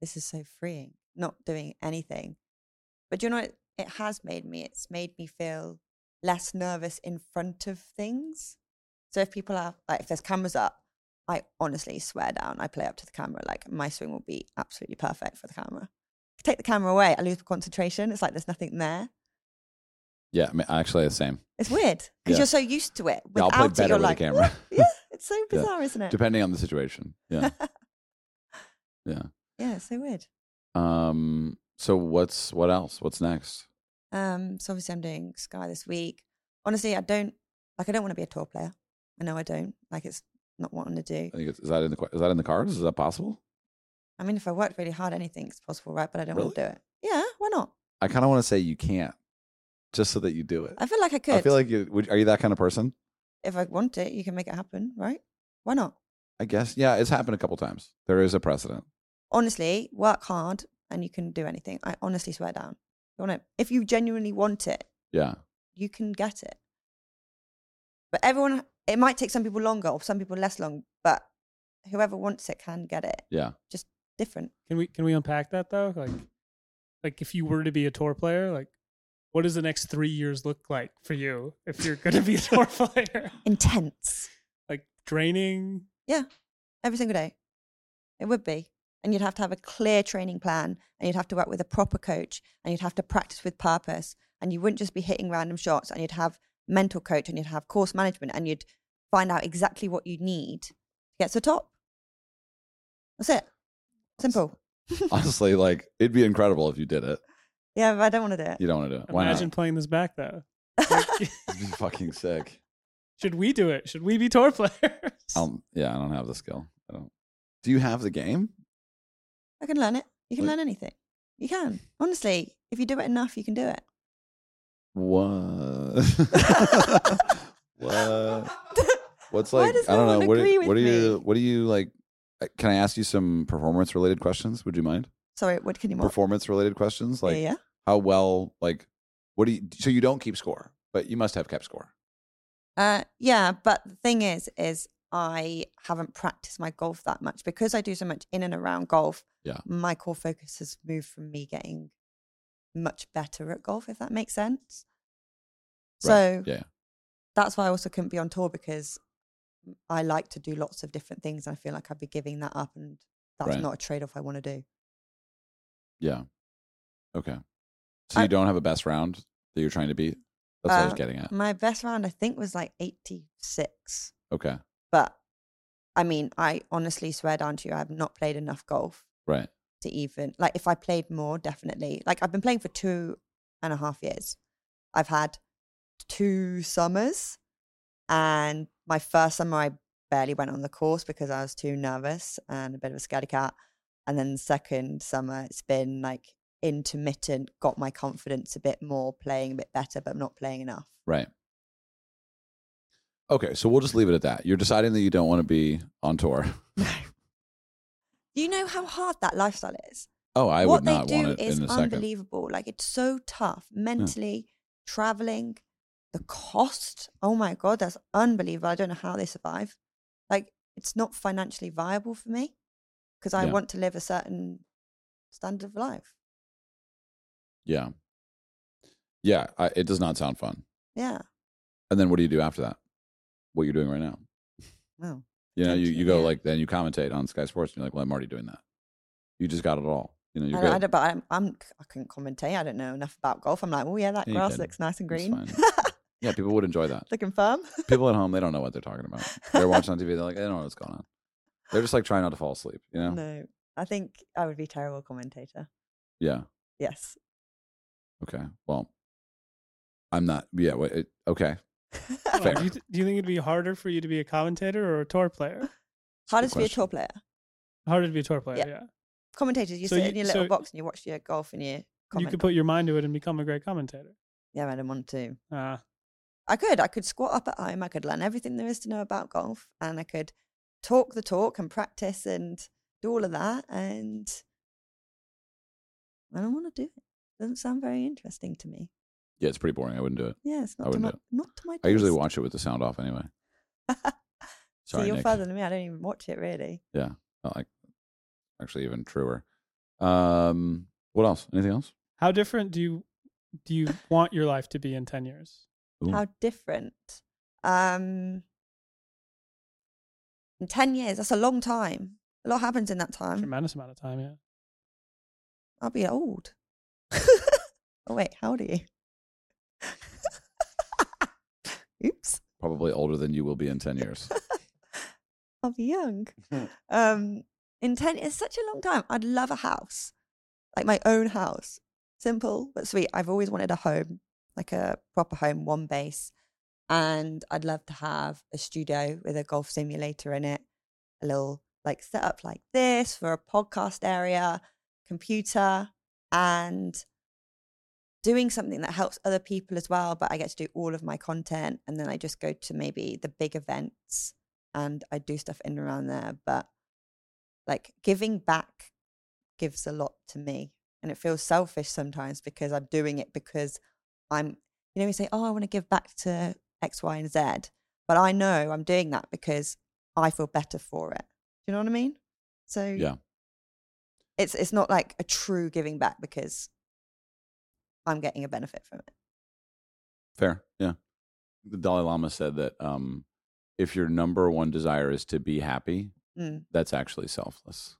Speaker 2: this is so freeing, not doing anything. But you know what it has made me? It's made me feel less nervous in front of things. So if people are like, if there's cameras up, I honestly swear down, I play up to the camera. Like my swing will be absolutely perfect for the camera. Take the camera away, I lose my concentration. It's like there's nothing there.
Speaker 4: yeah I mean, actually the same
Speaker 2: It's weird
Speaker 4: Yeah.
Speaker 2: because you're so used to it.
Speaker 4: Yeah, I'll
Speaker 2: Without
Speaker 4: play
Speaker 2: it,
Speaker 4: better
Speaker 2: you're
Speaker 4: with a
Speaker 2: like,
Speaker 4: camera.
Speaker 2: "Whoa." yeah, it's so bizarre, isn't it?
Speaker 4: depending on the situation yeah yeah
Speaker 2: yeah, it's so weird.
Speaker 4: um so what's what else what's next
Speaker 2: Um, so obviously I'm doing Sky this week. Honestly, I don't like. I don't want to be a tour player. I know I don't. Like, it's not what I want to do.
Speaker 4: i think it's, is that in the que- is that in the cards is that possible
Speaker 2: I mean, if I worked really hard, anything's possible, right? But I don't want to
Speaker 4: Really?
Speaker 2: do it. Yeah, why not?
Speaker 4: I kind of want to say you can't, just so that you do it.
Speaker 2: I feel like I could.
Speaker 4: I feel like you would, are you that kind of person?
Speaker 2: if I want it, you can make it happen, right? Why not?
Speaker 4: I guess. Yeah, it's happened a couple times. There is a precedent.
Speaker 2: Honestly, work hard and you can do anything. I honestly swear down. You want it? If you genuinely want it,
Speaker 4: Yeah,
Speaker 2: you can get it. But everyone, it might take some people longer or some people less long, but whoever wants it can get it.
Speaker 4: yeah.
Speaker 2: Different.
Speaker 5: Can we can we unpack that though? Like like if you were to be a tour player, like what does the next three years look like for you if you're going to be a tour player?
Speaker 2: Intense.
Speaker 5: Like draining.
Speaker 2: Every single day. It would be. And you'd have to have a clear training plan and you'd have to work with a proper coach and you'd have to practice with purpose. And you wouldn't just be hitting random shots and you'd have mental coach and you'd have course management and you'd find out exactly what you need to get to the top. That's it. Simple.
Speaker 4: Honestly, like it'd be incredible if you did it.
Speaker 2: Yeah, but I don't want to do it.
Speaker 4: You don't want to do it. Why
Speaker 5: Imagine playing this back though. Like,
Speaker 4: not? It'd be fucking sick.
Speaker 5: should we do it? Should we be tour players?
Speaker 4: Um, yeah, I don't have the skill. I don't. Do you have the game?
Speaker 2: I can learn it. You can
Speaker 4: Like-
Speaker 2: learn anything. You can. Honestly, if you do it enough, you can do it.
Speaker 4: What? what? What's
Speaker 2: Why
Speaker 4: like?
Speaker 2: does
Speaker 4: I don't
Speaker 2: no
Speaker 4: know.
Speaker 2: one
Speaker 4: What,
Speaker 2: agree
Speaker 4: are,
Speaker 2: with
Speaker 4: what are you?
Speaker 2: me?
Speaker 4: What are you like? uh, Can I ask you some performance-related questions? Would you mind?
Speaker 2: Sorry, what can you more?
Speaker 4: Performance-related questions, like
Speaker 2: yeah, yeah.
Speaker 4: how well like what do you so you don't keep score but you must have kept score
Speaker 2: Uh, yeah, but the thing is, is I haven't practiced my golf that much because I do so much in and around golf.
Speaker 4: Yeah.
Speaker 2: my core focus has moved from me getting much better at golf, if that makes sense. So
Speaker 4: yeah
Speaker 2: that's why I also couldn't be on tour because I like to do lots of different things, and I feel like I'd be giving that up, and that's
Speaker 4: Right.
Speaker 2: not a trade-off I want to do.
Speaker 4: yeah okay so
Speaker 2: I-
Speaker 4: you don't have a best round that you're trying to beat that's what i was
Speaker 2: Uh,
Speaker 4: getting at
Speaker 2: My best round, I think, was like eighty-six.
Speaker 4: okay
Speaker 2: But I mean, I honestly swear down to you, I have not played enough golf
Speaker 4: right
Speaker 2: to even like if I played more, definitely. Like I've been playing for two and a half years. I've had two summers and my first summer I barely went on the course because I was too nervous and a bit of a scaredy cat. And then the second summer it's been like intermittent, got my confidence a bit more, playing a bit better, but not playing enough.
Speaker 4: right okay so we'll just leave it at that you're deciding that you don't want to be on tour
Speaker 2: Do you know how hard that lifestyle is?
Speaker 4: oh i
Speaker 2: what
Speaker 4: would not
Speaker 2: they
Speaker 4: want
Speaker 2: do
Speaker 4: it
Speaker 2: is
Speaker 4: in a second Hmm.
Speaker 2: unbelievable. Like it's so tough mentally, traveling, the cost. Oh my god, that's unbelievable. I don't know how they survive. Like it's not financially viable for me because I
Speaker 4: Yeah.
Speaker 2: want to live a certain standard of life.
Speaker 4: yeah yeah I, it does not sound fun
Speaker 2: Yeah.
Speaker 4: and then what do you do after that what you're doing right now
Speaker 2: Well,
Speaker 4: You know, you,
Speaker 2: Potentially,
Speaker 4: you go
Speaker 2: yeah.
Speaker 4: like then you commentate on Sky Sports and you're like, well, I'm already doing that. You just got it all. You know,
Speaker 2: I
Speaker 4: you're
Speaker 2: don't, I
Speaker 4: good.
Speaker 2: don't, but I'm, I'm I couldn't commentate. I don't know enough about golf. I'm like, oh yeah, that
Speaker 4: Yeah, you
Speaker 2: grass
Speaker 4: can.
Speaker 2: looks nice and
Speaker 4: It's
Speaker 2: green,
Speaker 4: fine. yeah, people would enjoy that.
Speaker 2: looking firm.
Speaker 4: People at home, they don't know what they're talking about. They're watching on TV. They're like, I don't know what's going on. They're just like trying not to fall asleep, you know?
Speaker 2: No, I think I would be terrible commentator.
Speaker 4: Yeah.
Speaker 2: Yes.
Speaker 4: Okay. Well, I'm not. Yeah. Wait, it- okay.
Speaker 5: Well,
Speaker 4: Fair.
Speaker 5: do, you th- do you think it'd be harder for you to be a commentator or a tour player?
Speaker 2: Hardest to be a
Speaker 4: question.
Speaker 2: tour player.
Speaker 5: Harder to be a tour player,
Speaker 2: Yeah.
Speaker 5: yeah.
Speaker 2: Commentators, you
Speaker 5: So
Speaker 2: sit
Speaker 5: you-
Speaker 2: in your little
Speaker 5: so-
Speaker 2: box and you watch your golf and you
Speaker 5: You
Speaker 2: comment.
Speaker 5: could put your mind to it and become a great commentator.
Speaker 2: yeah, I don't want to.
Speaker 5: Uh,
Speaker 2: I could. I could squat up at home. I could learn everything there is to know about golf, and I could talk the talk and practice and do all of that. And I don't want to do it. Doesn't sound very interesting to me.
Speaker 4: Yeah, it's pretty boring. I wouldn't do it.
Speaker 2: Yeah, it's not to
Speaker 4: wouldn't
Speaker 2: my
Speaker 4: do
Speaker 2: not to my.
Speaker 4: I usually
Speaker 2: taste.
Speaker 4: watch it with the sound off anyway. Sorry,
Speaker 2: so you're
Speaker 4: Nick.
Speaker 2: further than me. I don't even watch it really.
Speaker 4: Not like actually even truer. Um, what else? Anything else?
Speaker 5: how different do you do you want your life to be in ten years?
Speaker 4: Ooh.
Speaker 2: How different. Um, in ten years, that's a long time. A lot happens in that
Speaker 4: Um,
Speaker 2: time.
Speaker 5: Tremendous amount of time, yeah.
Speaker 2: I'll be old. oh wait, how old are you? Oops,
Speaker 4: Probably older than you will be in ten years.
Speaker 2: I'll be young. um, in ten, it's such a long time. I'd love a house, like my own house, simple but sweet. I've always wanted a home, like a proper home, one base, and I'd love to have a studio with a golf simulator in it, a little like setup like this for a podcast area, computer, and doing something that helps other people as well. But I get to do all of my content, and then I just go to maybe the big events and I do stuff in and around there. But like giving back gives a lot to me. And it feels selfish sometimes because I'm doing it because I'm, you know, we say, oh, I want to give back to X, Y, and Z. But I know I'm doing that because I feel better for it. Do you know what I mean? So
Speaker 4: Yeah.
Speaker 2: It's it's not like a true giving back because I'm getting a benefit from it.
Speaker 4: Fair. Yeah. The Dalai Lama said that um, if your number one desire is to be happy,
Speaker 2: Mm.
Speaker 4: that's actually selfless.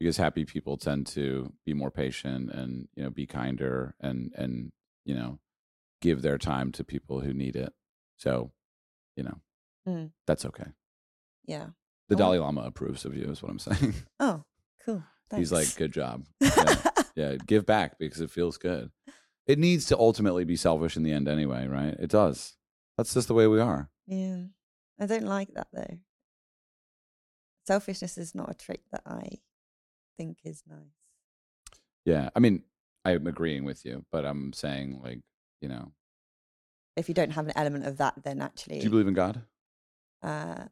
Speaker 4: Because happy people tend to be more patient and, you know, be kinder and and, you know, give their time to people who need it. So, you know,
Speaker 2: Mm.
Speaker 4: that's okay.
Speaker 2: Yeah.
Speaker 4: The
Speaker 2: Oh.
Speaker 4: Dalai Lama approves of you is what I'm saying.
Speaker 2: Oh, cool. Thanks.
Speaker 4: He's like, good job. Yeah. yeah, give back because it feels good. It needs to ultimately be selfish in the end anyway, right? It does. That's just the way we are.
Speaker 2: Yeah. I don't like that though. Selfishness is not a trait that I think is nice.
Speaker 4: Yeah. I mean, I'm agreeing with you, but I'm saying like, you know,
Speaker 2: If you don't have an element of that, then actually,
Speaker 4: do you believe in God?
Speaker 2: uh,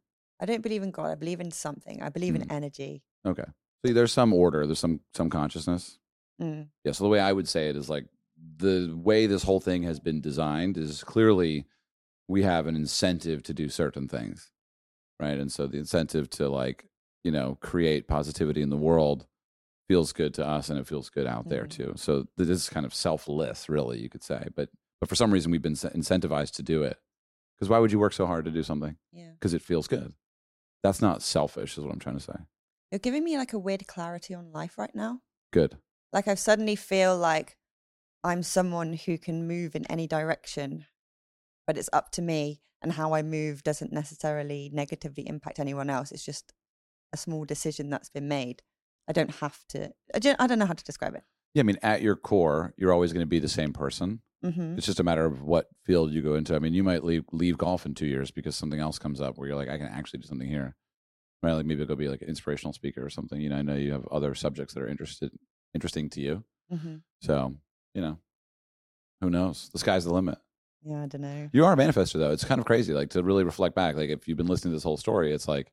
Speaker 2: I don't believe in God. I believe in something. I believe in
Speaker 4: Mm.
Speaker 2: energy.
Speaker 4: Okay. See, there's some order, there's some some consciousness.
Speaker 2: Mm.
Speaker 4: Yeah. So the way I would say it is like the way this whole thing has been designed is clearly we have an incentive to do certain things. Right. And so the incentive to like, you know, create positivity in the world feels good to us and it feels good out there
Speaker 2: Mhm.
Speaker 4: too. So this is kind of selfless, really, you could say. But but for some reason we've been s- incentivized to do it. Because why would you work so hard to do something?
Speaker 2: Yeah.
Speaker 4: Because it feels good. That's not selfish, is what I'm trying to say.
Speaker 2: You're giving me like a weird clarity on life right now.
Speaker 4: Good.
Speaker 2: Like I suddenly feel like I'm someone who can move in any direction, but it's up to me. And how I move doesn't necessarily negatively impact anyone else. It's just a small decision that's been made. I don't have to. I don't, I don't know how to describe it.
Speaker 4: Yeah, I mean, at your core, you're always going to be the same person.
Speaker 2: hmm
Speaker 4: It's just a matter of what field you go into. I mean, you might leave leave golf in two years because something else comes up where you're like, I can actually do something here. Right? Like maybe I'll go be like an inspirational speaker or something. You know, I know you have other subjects that are interested interesting to you.
Speaker 2: hmm
Speaker 4: So, you know, who knows? The sky's the limit.
Speaker 2: Yeah, I don't know.
Speaker 4: You are a manifester though. It's kind of crazy. Like to really reflect back. Like if you've been listening to this whole story, it's like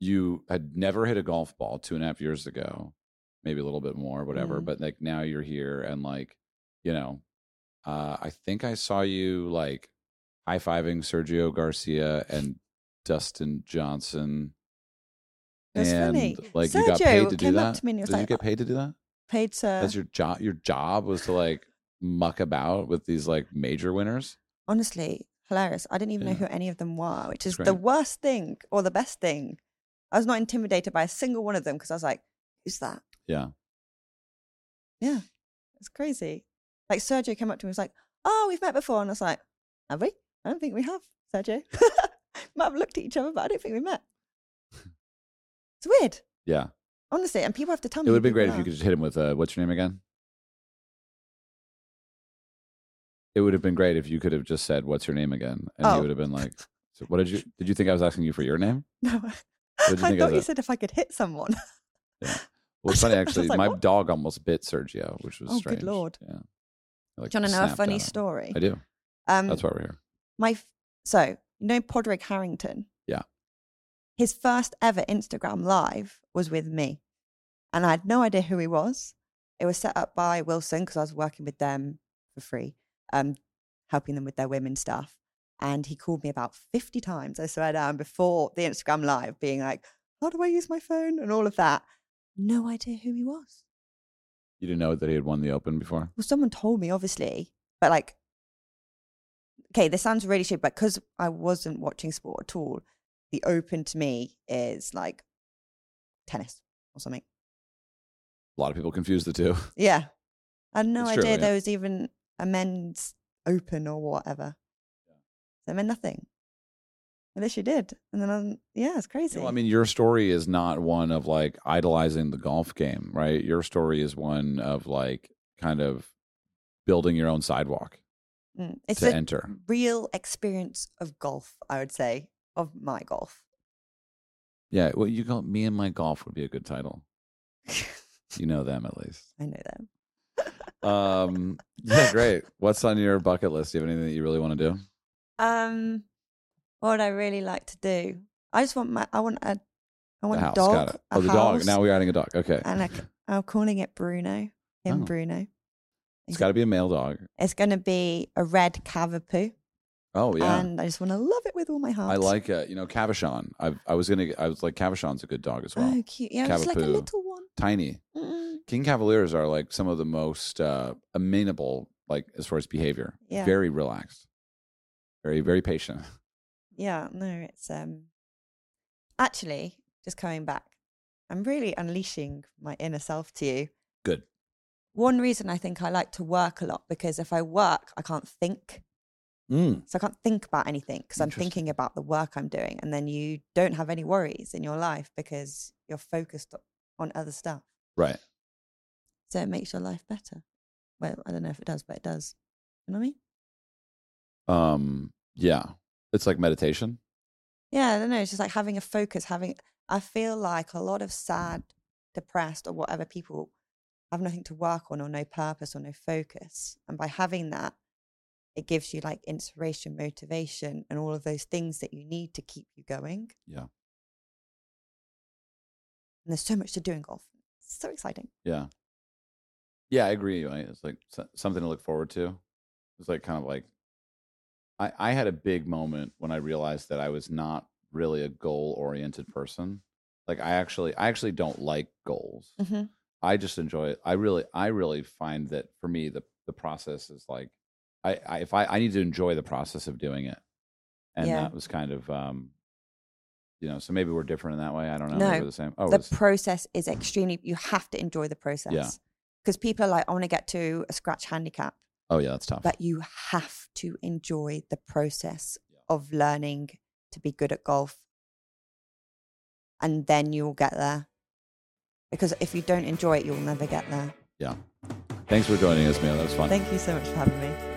Speaker 4: you had never hit a golf ball two and a half years ago, maybe a little bit more, whatever.
Speaker 2: Mhm.
Speaker 4: But like now you're here and like, you know, uh, I think I saw you like high fiving Sergio Garcia and Dustin Johnson.
Speaker 2: That's
Speaker 4: and
Speaker 2: funny.
Speaker 4: like you got paid
Speaker 2: Sergio
Speaker 4: to do
Speaker 2: came up
Speaker 4: that.
Speaker 2: to me and he was
Speaker 4: Did you
Speaker 2: like, "Uh,
Speaker 4: get paid to do that?
Speaker 2: Paid to
Speaker 4: That's your job. Your job was to like muck about with these like major winners.
Speaker 2: honestly hilarious. I didn't even
Speaker 4: Yeah.
Speaker 2: know who any of them were, which is
Speaker 4: That's
Speaker 2: the
Speaker 4: great.
Speaker 2: worst thing or the best thing. I was not intimidated by a single one of them because I was like, who's that?
Speaker 4: Yeah.
Speaker 2: Yeah, it's crazy. Like Sergio came up to me and was like, oh, we've met before. And I was like, have we? I don't think we have, Sergio. Might have looked at each other, but I don't think we met. It's weird,
Speaker 4: Yeah.
Speaker 2: honestly. And people have to tell me.
Speaker 4: It
Speaker 2: who
Speaker 4: would have been
Speaker 2: people
Speaker 4: great if you
Speaker 2: are.
Speaker 4: could just hit him with uh, what's your name again? It would have been great if you could have just said what's your name again, and he
Speaker 2: Oh.
Speaker 4: would have been like, so "What did you? Did you think I was asking you for your name?"
Speaker 2: No,
Speaker 4: did you
Speaker 2: I
Speaker 4: think I
Speaker 2: thought you
Speaker 4: said?
Speaker 2: said if I could hit someone.
Speaker 4: Well, it's funny
Speaker 2: I was
Speaker 4: actually.
Speaker 2: like,
Speaker 4: my
Speaker 2: "What?"
Speaker 4: dog almost bit Sergio, which was
Speaker 2: Oh, good
Speaker 4: strange.
Speaker 2: Lord.
Speaker 4: Yeah. I, Like,
Speaker 2: Do you want to know a
Speaker 4: snapped
Speaker 2: funny
Speaker 4: at him.
Speaker 2: story?
Speaker 4: I do.
Speaker 2: Um,
Speaker 4: That's why we're here.
Speaker 2: my f- so you know Podrick Harrington.
Speaker 4: Yeah.
Speaker 2: His first ever Instagram live was with me, and I had no idea who he was. It was set up by Wilson because I was working with them for free, um, helping them with their women stuff. And he called me about fifty times. I swear down before the Instagram live, being like, "How do I use my phone?" and all of that. No idea who he was.
Speaker 4: You didn't know that he had won the Open before.
Speaker 2: Well, someone told me, obviously, but like, okay, this sounds really shit, but because I wasn't watching sport at all, the open to me is like tennis or something.
Speaker 4: A lot of people confuse the two.
Speaker 2: Yeah. I had no
Speaker 4: It's true,
Speaker 2: idea
Speaker 4: yeah.
Speaker 2: there was even a men's open or whatever. So I meant nothing. Unless you did. And then, I'm, yeah, it's crazy.
Speaker 4: Well, I mean, your story is not one of like idolizing the golf game, right? Your story is one of like kind of building your own sidewalk
Speaker 2: Mm. it's
Speaker 4: to
Speaker 2: a
Speaker 4: enter.
Speaker 2: real experience of golf, I would say, of my golf.
Speaker 4: Yeah. Well, you call me and my golf would be a good title.
Speaker 2: I
Speaker 4: You know them at least.
Speaker 2: know them.
Speaker 4: Um, yeah, great. What's on your bucket list? Do you have anything that you really want to do?
Speaker 2: Um, what would I really like to do? I just want my. I want a. I want
Speaker 4: the house.
Speaker 2: a dog.
Speaker 4: Got it.
Speaker 2: A
Speaker 4: oh, the
Speaker 2: house,
Speaker 4: dog. Now we're adding a dog. Okay.
Speaker 2: and like I'm calling it Bruno. Him
Speaker 4: Oh.
Speaker 2: Bruno.
Speaker 4: It's got to be a male dog.
Speaker 2: It's going to be a red Cavapoo,
Speaker 4: Oh, yeah.
Speaker 2: and I just want to love it with all my heart.
Speaker 4: I like, uh, you know, Cavachon. I, I was going to, I was like, Cavachon's a good dog as well.
Speaker 2: Oh, cute! Yeah, it's like a
Speaker 4: Cavapoo.
Speaker 2: little one.
Speaker 4: Tiny.
Speaker 2: Mm-mm.
Speaker 4: King Cavaliers are like some of the most uh, amenable, like as far as behavior.
Speaker 2: Yeah.
Speaker 4: Very relaxed. Very, very patient.
Speaker 2: Yeah, no, it's um. Actually, just coming back, I'm really unleashing my inner self to you.
Speaker 4: Good.
Speaker 2: One reason I think I like to work a lot because if I work, I can't think.
Speaker 4: Mm.
Speaker 2: So I can't think about anything because I'm
Speaker 4: Interesting.
Speaker 2: thinking about the work I'm doing. And then you don't have any worries in your life because you're focused on other stuff.
Speaker 4: Right.
Speaker 2: So it makes your life better. Well, I don't know if it does, but it does. You know what I mean?
Speaker 4: Um. Yeah. It's like meditation.
Speaker 2: Yeah, I don't know. It's just like having a focus, having, I feel like a lot of sad, depressed, or whatever people have nothing to work on or no purpose or no focus. And by having that, it gives you like inspiration, motivation, and all of those things that you need to keep you going.
Speaker 4: Yeah.
Speaker 2: and there's so much to do in golf. It's so exciting.
Speaker 4: Yeah. Yeah, I agree. Right? It's like so- something to look forward to. It's like kind of like I, I had a big moment when I realized that I was not really a goal oriented person. Like I actually I actually don't like goals.
Speaker 2: Mm-hmm.
Speaker 4: I just enjoy it. I really, I really find that for me, the the process is like, I, I if I, I need to enjoy the process of doing it, and
Speaker 2: Yeah.
Speaker 4: that was kind of, um, you know, so maybe we're different in that way. I don't know.
Speaker 2: No,
Speaker 4: maybe we're the same. Oh, we're
Speaker 2: the
Speaker 4: the same.
Speaker 2: process is extremely. You have to enjoy the process. Because people are like, I want to get to a scratch handicap,
Speaker 4: oh yeah, that's tough.
Speaker 2: but you have to enjoy the process of learning to be good at golf, and then you'll get there. Because if you don't enjoy it, you'll never get there.
Speaker 4: yeah. Thanks for joining us, man. That was fun.
Speaker 2: Thank you so much for having me.